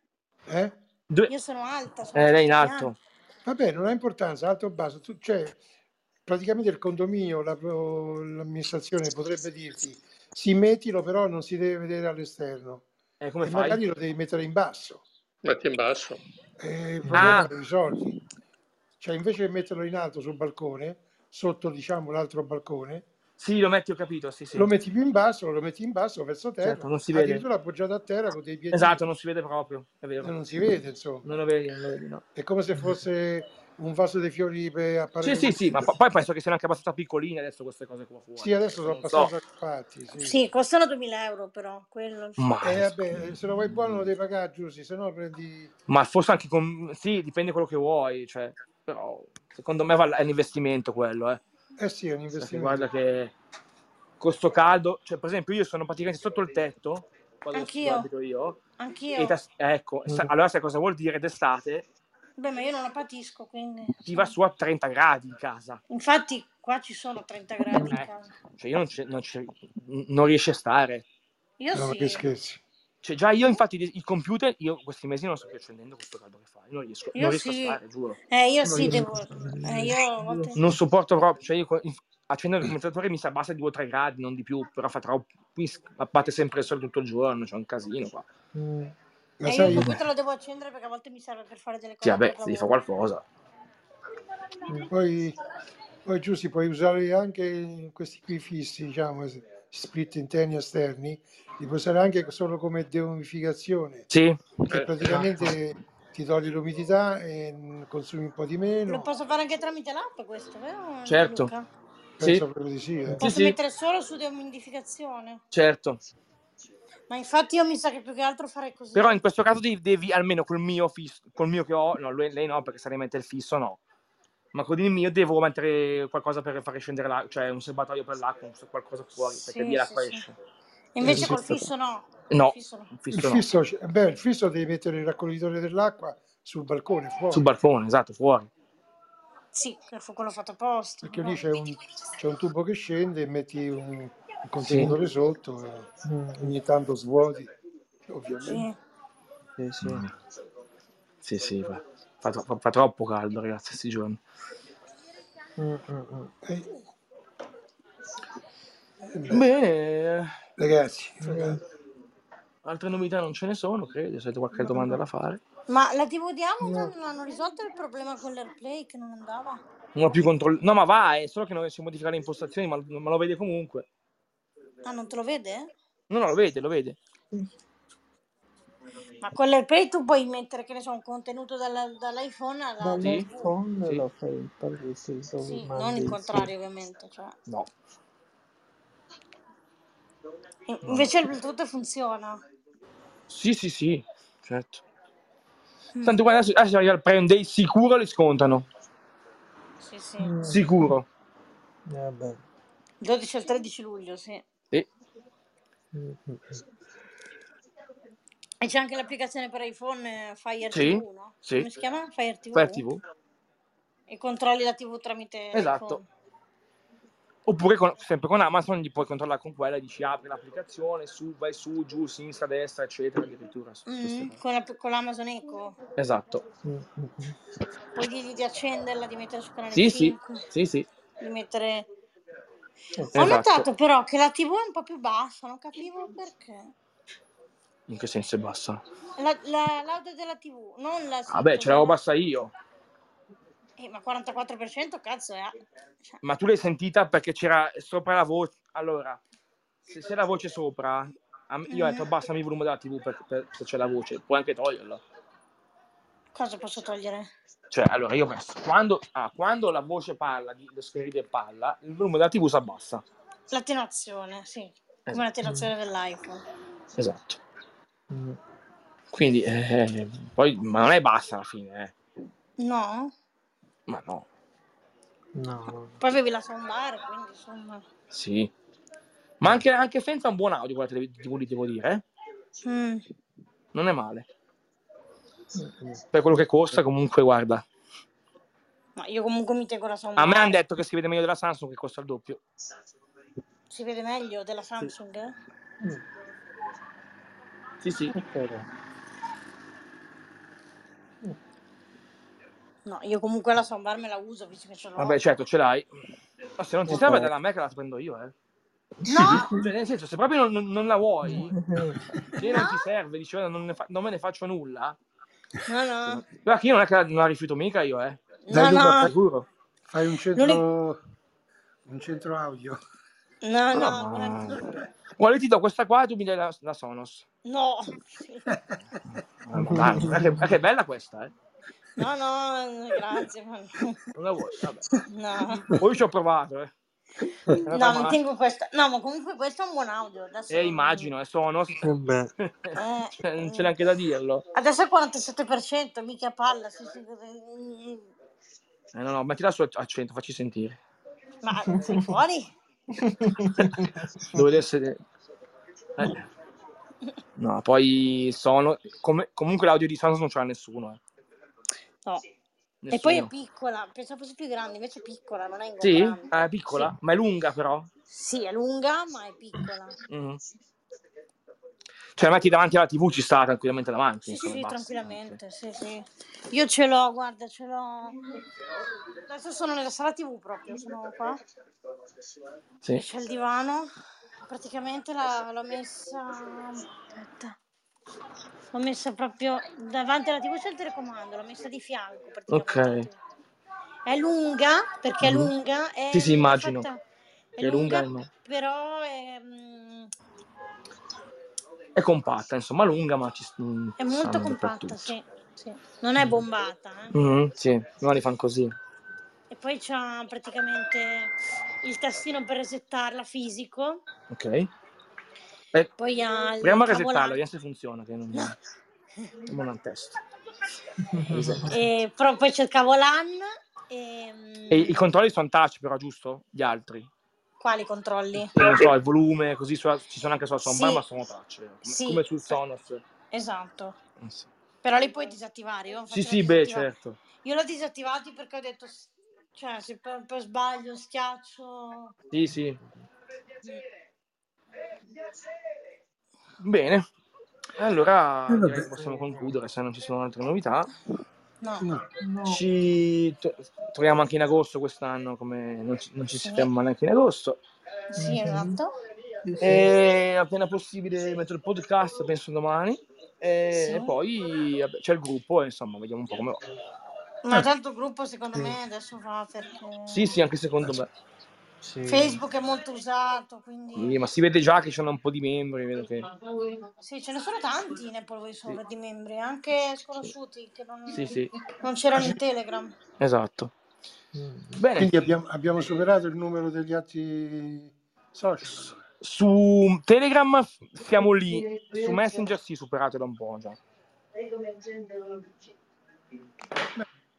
[SPEAKER 3] eh.
[SPEAKER 6] Eh?
[SPEAKER 2] dove-
[SPEAKER 3] Io sono alta. Sono
[SPEAKER 2] eh, lei in
[SPEAKER 3] piano.
[SPEAKER 2] alto.
[SPEAKER 6] Vabbè, non ha importanza, alto o basso. Tu, cioè, praticamente il condominio, la pro- l'amministrazione potrebbe dirti, sì, mettilo, però non si deve vedere all'esterno.
[SPEAKER 2] Eh, come
[SPEAKER 6] E
[SPEAKER 2] fai?
[SPEAKER 6] magari lo devi mettere in basso.
[SPEAKER 5] metti in basso.
[SPEAKER 6] E il problema
[SPEAKER 2] Ah.
[SPEAKER 6] lo risolvi. Cioè, invece di metterlo in alto sul balcone, sotto, diciamo, l'altro balcone,
[SPEAKER 2] Sì, lo metti, ho capito, sì, sì.
[SPEAKER 6] lo metti più in basso, lo metti in basso verso terra,
[SPEAKER 2] Certo, non si vede.
[SPEAKER 6] addirittura appoggiato a terra con dei piedini.
[SPEAKER 2] Esatto, non si vede proprio, è
[SPEAKER 6] Eh,
[SPEAKER 2] vero.
[SPEAKER 6] Non si vede, insomma.
[SPEAKER 2] Non lo vedi, non lo vedi, no.
[SPEAKER 6] È come se fosse un vaso dei fiori eh, per apparire.
[SPEAKER 2] Sì, sì, sì, ma po- poi penso che siano anche abbastanza piccoline adesso queste cose qua fuori.
[SPEAKER 6] Sì, adesso sono
[SPEAKER 2] Non so.
[SPEAKER 6] abbastanza fatti. Sì.
[SPEAKER 3] Sì, costano 2000 euro, però. Quello.
[SPEAKER 2] Ma,
[SPEAKER 6] Eh, vabbè, se lo vuoi buono lo devi pagare, Giussi, se no prendi...
[SPEAKER 2] ma forse anche con... Sì, dipende quello che vuoi, cioè, però secondo me val- è un investimento quello, eh.
[SPEAKER 6] Eh sì, è un
[SPEAKER 2] Perché
[SPEAKER 6] investimento.
[SPEAKER 2] guarda che con sto caldo, cioè per esempio io sono praticamente sotto il tetto, qua dove dove
[SPEAKER 3] Anch'io.
[SPEAKER 2] abito io, e
[SPEAKER 3] Anch'io.
[SPEAKER 2] tas- ecco,
[SPEAKER 6] Mm.
[SPEAKER 2] sa- allora sai cosa vuol dire d'estate?
[SPEAKER 3] Beh, ma io non la patisco, quindi.
[SPEAKER 2] Ti va su a 30 gradi in casa.
[SPEAKER 3] Infatti, qua ci sono 30 gradi in
[SPEAKER 2] Eh,
[SPEAKER 3] casa.
[SPEAKER 2] cioè io non, ce- non, ce- non riesci a stare.
[SPEAKER 3] Io
[SPEAKER 6] No, ma
[SPEAKER 3] Eh sì.
[SPEAKER 6] che scherzi.
[SPEAKER 2] Cioè, già io, infatti, di- il computer, io questi mesi non sto più accendendo questo caldo che fa. Io non riesco, non
[SPEAKER 3] Io
[SPEAKER 2] riesco a
[SPEAKER 3] sì.
[SPEAKER 2] stare, giuro.
[SPEAKER 3] Eh, io
[SPEAKER 2] Non
[SPEAKER 3] sì,
[SPEAKER 2] riesco.
[SPEAKER 3] devo. Eh, io a volte.
[SPEAKER 2] Non sopporto proprio. Cioè, io co- inf- accendo il condentatore mi si abbassa di 2 3 gradi, non di più. Però fa troppo. Qui batte sempre il sole tutto il giorno. C'è un casino qua.
[SPEAKER 4] Mm,
[SPEAKER 6] Ma
[SPEAKER 3] eh, io il
[SPEAKER 6] sai,
[SPEAKER 3] computer lo devo accendere perché a volte mi serve per fare delle
[SPEAKER 2] Sì,
[SPEAKER 3] cose.
[SPEAKER 2] vabbè,
[SPEAKER 3] per
[SPEAKER 2] devi fare
[SPEAKER 3] lavoro.
[SPEAKER 2] qualcosa.
[SPEAKER 6] poi, poi Giussi puoi usare anche questi qui fissi, diciamo, split interni e esterni, li puoi usare anche solo come deumificazione,
[SPEAKER 2] Sì, esatto.
[SPEAKER 6] che
[SPEAKER 5] Eh,
[SPEAKER 6] praticamente ti togli l'umidità e mm, consumi un po' di
[SPEAKER 3] Lo
[SPEAKER 6] meno.
[SPEAKER 3] posso fare anche tramite l'app questo, vero
[SPEAKER 2] certo.
[SPEAKER 3] Luca?
[SPEAKER 2] Sì,
[SPEAKER 6] Penso proprio di sì. eh.
[SPEAKER 2] sì,
[SPEAKER 3] Posso
[SPEAKER 2] sì,
[SPEAKER 3] mettere solo su deumidificazione.
[SPEAKER 2] certo.
[SPEAKER 3] Ma infatti io mi sa che più che altro farei così.
[SPEAKER 2] Però in questo caso devi, devi almeno col mio fisso, col mio che ho, no, lui- lei no, perché se ne mette il fisso no. Ma con il mio devo mettere qualcosa per fare scendere l'acqua, cioè un serbatoio per l'acqua, un- qualcosa fuori, perché
[SPEAKER 3] Sì,
[SPEAKER 2] via
[SPEAKER 3] sì,
[SPEAKER 2] l'acqua
[SPEAKER 3] sì.
[SPEAKER 2] esce.
[SPEAKER 3] Invece
[SPEAKER 6] Sì,
[SPEAKER 3] col
[SPEAKER 2] sì.
[SPEAKER 3] fisso no. Col
[SPEAKER 2] No,
[SPEAKER 3] fisso no.
[SPEAKER 2] il
[SPEAKER 6] Il
[SPEAKER 2] fisso no.
[SPEAKER 6] fisso, beh, il fisso devi mettere il raccoglitore dell'acqua sul balcone,
[SPEAKER 2] Sul
[SPEAKER 6] fuori,
[SPEAKER 2] balcone, esatto, fuori.
[SPEAKER 3] Sì, che fu quello fatto apposta.
[SPEAKER 6] perché lì
[SPEAKER 3] però.
[SPEAKER 6] c'è un, c'è un tubo che scende e metti un, un
[SPEAKER 2] Sì.
[SPEAKER 6] contenitore sotto e
[SPEAKER 4] mm,
[SPEAKER 6] ogni tanto svuoti, ovviamente.
[SPEAKER 3] Sì.
[SPEAKER 4] Sì, sì.
[SPEAKER 2] Mm. Sì, sì, fa, fa tro- fa- fa troppo caldo, ragazzi, questi giorni.
[SPEAKER 4] Mm, mm, mm.
[SPEAKER 6] Eh, eh beh,
[SPEAKER 2] Bene,
[SPEAKER 6] ragazzi,
[SPEAKER 2] eh,
[SPEAKER 6] eh,
[SPEAKER 2] altre novità non ce ne sono, credo, se avete qualche domanda da fare.
[SPEAKER 3] Ma la TV di Amazon
[SPEAKER 6] no,
[SPEAKER 3] non hanno risolto il problema con l'AirPlay che non andava?
[SPEAKER 2] Non ho più controllo. No, ma vai, è solo che non riesci a modificare le impostazioni, ma, ma lo vede comunque.
[SPEAKER 3] Ah, non te lo vede?
[SPEAKER 2] No, no, lo vede, lo vede.
[SPEAKER 3] Ma con l'AirPlay tu puoi mettere, che ne so, un contenuto dalla- dall'iPhone alla, alla
[SPEAKER 2] Sì,
[SPEAKER 3] TV.
[SPEAKER 4] Dall'iPhone
[SPEAKER 2] sì,
[SPEAKER 4] lo fai imparare sì, dove
[SPEAKER 3] Ah, Sì, non il
[SPEAKER 4] mandi sì.
[SPEAKER 3] contrario ovviamente. cioè.
[SPEAKER 2] no,
[SPEAKER 3] In-
[SPEAKER 2] no, no.
[SPEAKER 3] Invece il Bluetooth funziona.
[SPEAKER 2] Sì, sì, sì, certo.
[SPEAKER 3] Mm.
[SPEAKER 2] Tanto guarda, adesso, adesso arriva il Prime Day, sicuro li scontano.
[SPEAKER 3] Sì, sì.
[SPEAKER 4] Mm, eh,
[SPEAKER 2] Sicuro.
[SPEAKER 4] vabbè.
[SPEAKER 3] 12 al 13 luglio, sì.
[SPEAKER 2] Sì.
[SPEAKER 4] Mm, mm,
[SPEAKER 3] E c'è anche l'applicazione per iPhone eh, Fire
[SPEAKER 2] Sì,
[SPEAKER 3] TV, no?
[SPEAKER 2] sì.
[SPEAKER 3] Come si chiama? Fire
[SPEAKER 2] Fire
[SPEAKER 3] TV?
[SPEAKER 2] TV.
[SPEAKER 3] E controlli la TV tramite
[SPEAKER 2] Esatto.
[SPEAKER 3] iPhone.
[SPEAKER 2] Oppure con- sempre con Amazon gli puoi controllare con quella, dici apri l'applicazione, su, vai su, giù, sinistra, destra, eccetera, addirittura su queste
[SPEAKER 3] Mm,
[SPEAKER 2] cose.
[SPEAKER 3] con, la- con l'Amazon Echo.
[SPEAKER 2] Esatto.
[SPEAKER 4] mm, mm, mm.
[SPEAKER 3] Puoi dirgli di accenderla, di mettere su canale
[SPEAKER 2] Sì, sì,
[SPEAKER 3] 5,
[SPEAKER 2] sì, sì,
[SPEAKER 3] di mettere...
[SPEAKER 4] Eh
[SPEAKER 3] Ho
[SPEAKER 4] sì.
[SPEAKER 2] esatto.
[SPEAKER 3] notato però che la TV è un po' più bassa, non capivo perché.
[SPEAKER 2] In che senso è bassa?
[SPEAKER 3] La, la- l'audio della TV, non la
[SPEAKER 2] Vabbè, ce l'avevo
[SPEAKER 3] sottovena.
[SPEAKER 2] bassa io.
[SPEAKER 3] Eh, ma 44% cazzo è... a- cioè,
[SPEAKER 2] Ma tu l'hai sentita perché c'era sopra la voce. Allora, se c'è la voce sopra, a me- io ho detto
[SPEAKER 3] mhm.
[SPEAKER 2] abbassami il volume della TV per- per- se c'è la voce, puoi anche toglierla.
[SPEAKER 3] Cosa posso togliere?
[SPEAKER 2] Cioè, allora io ho messo, quando, ah, quando la voce parla, di- lo scherzo ride e parla, il volume della TV si abbassa.
[SPEAKER 3] L'attenuazione, sì. come la tirazione dell'iPhone.
[SPEAKER 2] Esatto. Quindi, eh, poi, ma non è basta alla fine, eh.
[SPEAKER 3] No?
[SPEAKER 2] Ma no,
[SPEAKER 4] No.
[SPEAKER 3] Poi avevi la soundbar, quindi insomma...
[SPEAKER 2] sì. Ma anche, anche senza un buon audio, guardate, devo, devo dire, eh.
[SPEAKER 3] Mm.
[SPEAKER 2] non è male. Per quello che costa, comunque, guarda.
[SPEAKER 3] Ma io comunque mi tengo la
[SPEAKER 2] A
[SPEAKER 3] soundbar.
[SPEAKER 2] me hanno detto che si vede meglio della Samsung, che costa il doppio.
[SPEAKER 3] Si vede meglio della Samsung? eh?
[SPEAKER 2] Sì, sì.
[SPEAKER 4] Però.
[SPEAKER 3] No, io comunque la soundbar me la uso visto che ce l'ho.
[SPEAKER 2] Vabbè, certo, ce l'hai. Ma se non ti
[SPEAKER 4] Eh,
[SPEAKER 2] serve,
[SPEAKER 4] eh.
[SPEAKER 2] dalla me che la prendo io, eh.
[SPEAKER 3] No!
[SPEAKER 2] Cioè, nel senso, se proprio non, non la vuoi, se non
[SPEAKER 3] No.
[SPEAKER 2] ti serve, dici, "Guarda, non, ne fa- non me ne faccio nulla.
[SPEAKER 3] No, no.
[SPEAKER 2] Guarda che io non è che la, non la rifiuto mica io, eh.
[SPEAKER 3] No,
[SPEAKER 6] Dai, Luca,
[SPEAKER 3] no.
[SPEAKER 2] Sicuro.
[SPEAKER 6] Fai un centro, un centro audio.
[SPEAKER 3] No,
[SPEAKER 2] No,
[SPEAKER 3] no.
[SPEAKER 2] Ah, ma-
[SPEAKER 3] guarda-
[SPEAKER 2] Guarda, io ti do questa qua e tu mi dai la, la Sonos.
[SPEAKER 3] No.
[SPEAKER 2] Ah, ma dai, guarda che, guarda che bella questa, eh.
[SPEAKER 3] No, no, grazie. ma no.
[SPEAKER 2] Non la vuoi, vabbè.
[SPEAKER 3] No.
[SPEAKER 2] Poi ci ho provato, eh. È andata
[SPEAKER 3] No, mi
[SPEAKER 2] male.
[SPEAKER 3] tengo questa. No, ma comunque questo è un buon audio. Adesso
[SPEAKER 2] Eh, immagino, è Sonos.
[SPEAKER 4] Eh beh,
[SPEAKER 3] Eh,
[SPEAKER 2] Cioè, non c'è neanche da dirlo.
[SPEAKER 3] Adesso è 47%, mica palla. sì, sì, mm,
[SPEAKER 2] Eh, no, no, mettila su accento, facci sentire.
[SPEAKER 3] Ma sei fuori?
[SPEAKER 2] Dovete essere... eh. No, poi sono... come- Comunque l'audio di Sonos non ce l'ha nessuno, eh.
[SPEAKER 3] No.
[SPEAKER 2] Nessuno.
[SPEAKER 3] E poi è piccola, pensavo fosse più grande, invece è piccola, non è
[SPEAKER 2] Sì?
[SPEAKER 3] ingombrante.
[SPEAKER 2] Ah, è piccola? Ma è lunga però?
[SPEAKER 3] Sì. Sì, è lunga, ma è piccola.
[SPEAKER 2] Mhm. Cioè, metti davanti alla TV, ci sta tranquillamente davanti.
[SPEAKER 3] Sì,
[SPEAKER 2] insomma,
[SPEAKER 3] sì,
[SPEAKER 2] basta.
[SPEAKER 3] tranquillamente, sì, sì. Io ce l'ho, guarda, ce l'ho. Adesso sono nella sala TV proprio, sono qua.
[SPEAKER 2] Sì.
[SPEAKER 3] C'è il divano. Praticamente la- l'ho messa. Aspetta. L'ho messa proprio davanti alla TV c'è il telecomando, l'ho messa di fianco praticamente. È lunga, perché è
[SPEAKER 2] Mhm.
[SPEAKER 3] lunga, è
[SPEAKER 2] Sì, sì, immagino.
[SPEAKER 3] fatta- È
[SPEAKER 2] Che è lunga,
[SPEAKER 3] lunga,
[SPEAKER 2] no.
[SPEAKER 3] però è, mm,
[SPEAKER 2] È compatta, insomma, lunga, ma ci mm,
[SPEAKER 3] è molto
[SPEAKER 2] stanno
[SPEAKER 3] compatta,
[SPEAKER 2] dappertutto.
[SPEAKER 3] sì, sì. Non è bombata, eh.
[SPEAKER 2] Mhm, sì, non li fanno così.
[SPEAKER 3] E poi c'ha praticamente il tastino per resettarla fisico,
[SPEAKER 2] Ok. Eh,
[SPEAKER 3] poi ha il
[SPEAKER 2] proviamo a resettarlo,
[SPEAKER 3] tavolante.
[SPEAKER 2] vediamo se funziona. Che non, non è un test. Esatto.
[SPEAKER 3] E, però poi c'è il cavolan. E, mm,
[SPEAKER 2] E I controlli sono touch, però, giusto? Gli altri?
[SPEAKER 3] Quali controlli?
[SPEAKER 2] E non so, il volume, così sulla- ci sono anche sulla soundbar,
[SPEAKER 3] Sì.
[SPEAKER 2] ma sono touch. eh. Come,
[SPEAKER 3] Sì.
[SPEAKER 2] come sul Sonos. Eh,
[SPEAKER 3] Esatto.
[SPEAKER 2] Sì,
[SPEAKER 3] Però li puoi disattivare. Io,
[SPEAKER 2] sì,
[SPEAKER 3] infatti
[SPEAKER 2] sì,
[SPEAKER 3] l'ho
[SPEAKER 2] beh,
[SPEAKER 3] disattiva-
[SPEAKER 2] certo.
[SPEAKER 3] Io l'ho disattivati perché ho detto, s- cioè, se per, per sbaglio schiaccio.
[SPEAKER 2] Sì, sì. Bene. Allora,
[SPEAKER 6] Eh, vabbè.
[SPEAKER 2] direi che possiamo concludere se non ci sono altre novità.
[SPEAKER 3] No.
[SPEAKER 6] No.
[SPEAKER 2] Ci to- troviamo anche in agosto quest'anno, come non ci, non ci
[SPEAKER 3] Sì.
[SPEAKER 2] fermiamo neanche in agosto.
[SPEAKER 3] Sì,
[SPEAKER 2] Mm-hmm.
[SPEAKER 3] esatto.
[SPEAKER 2] E appena possibile metto il podcast, penso domani. E
[SPEAKER 3] Sì.
[SPEAKER 2] poi vabbè, c'è il gruppo, e insomma, vediamo un po' come va.
[SPEAKER 3] Ma tanto il gruppo secondo me adesso va perché
[SPEAKER 2] Eh. Sì, sì, anche secondo me.
[SPEAKER 4] sì.
[SPEAKER 3] Facebook è molto usato, quindi...
[SPEAKER 2] Sì, ma si vede già che ci sono un po' di membri, vedo che...
[SPEAKER 3] Sì, ce ne sono tanti in Apple VoiceOver di membri, anche sconosciuti che non,
[SPEAKER 2] Sì, sì,
[SPEAKER 3] non c'erano in Telegram.
[SPEAKER 2] esatto.
[SPEAKER 4] Mm.
[SPEAKER 3] Eh.
[SPEAKER 2] Bene,
[SPEAKER 6] Quindi abbiamo, abbiamo superato il numero degli altri social. allora.
[SPEAKER 2] su Telegram siamo lì, su Messenger sì, superate da un po' già.
[SPEAKER 6] Bene,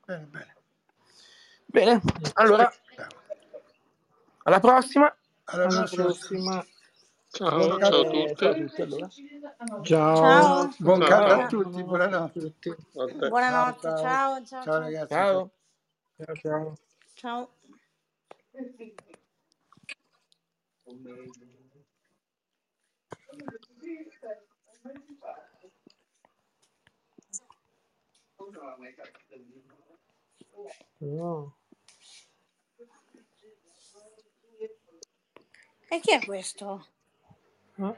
[SPEAKER 6] bene.
[SPEAKER 2] Bene, allora, alla prossima.
[SPEAKER 6] Alla
[SPEAKER 4] Alla
[SPEAKER 6] prossima.
[SPEAKER 4] prossima.
[SPEAKER 5] Ciao, ciao a
[SPEAKER 4] Eh, ciao a
[SPEAKER 5] tutti.
[SPEAKER 4] tutti, allora.
[SPEAKER 7] Ciao.
[SPEAKER 3] Ciao,
[SPEAKER 6] Buon
[SPEAKER 5] Ciao.
[SPEAKER 6] caldo a
[SPEAKER 3] Ciao.
[SPEAKER 6] tutti, buonanotte.
[SPEAKER 4] tutti.
[SPEAKER 5] Vabbè.
[SPEAKER 3] buonanotte,
[SPEAKER 4] Ciao,
[SPEAKER 3] ciao, ciao,
[SPEAKER 6] Ciao
[SPEAKER 3] ciao.
[SPEAKER 6] ragazzi.
[SPEAKER 2] Ciao.
[SPEAKER 4] Ciao, ciao.
[SPEAKER 3] ciao.
[SPEAKER 4] No.
[SPEAKER 3] E chi è questo?
[SPEAKER 4] Ah.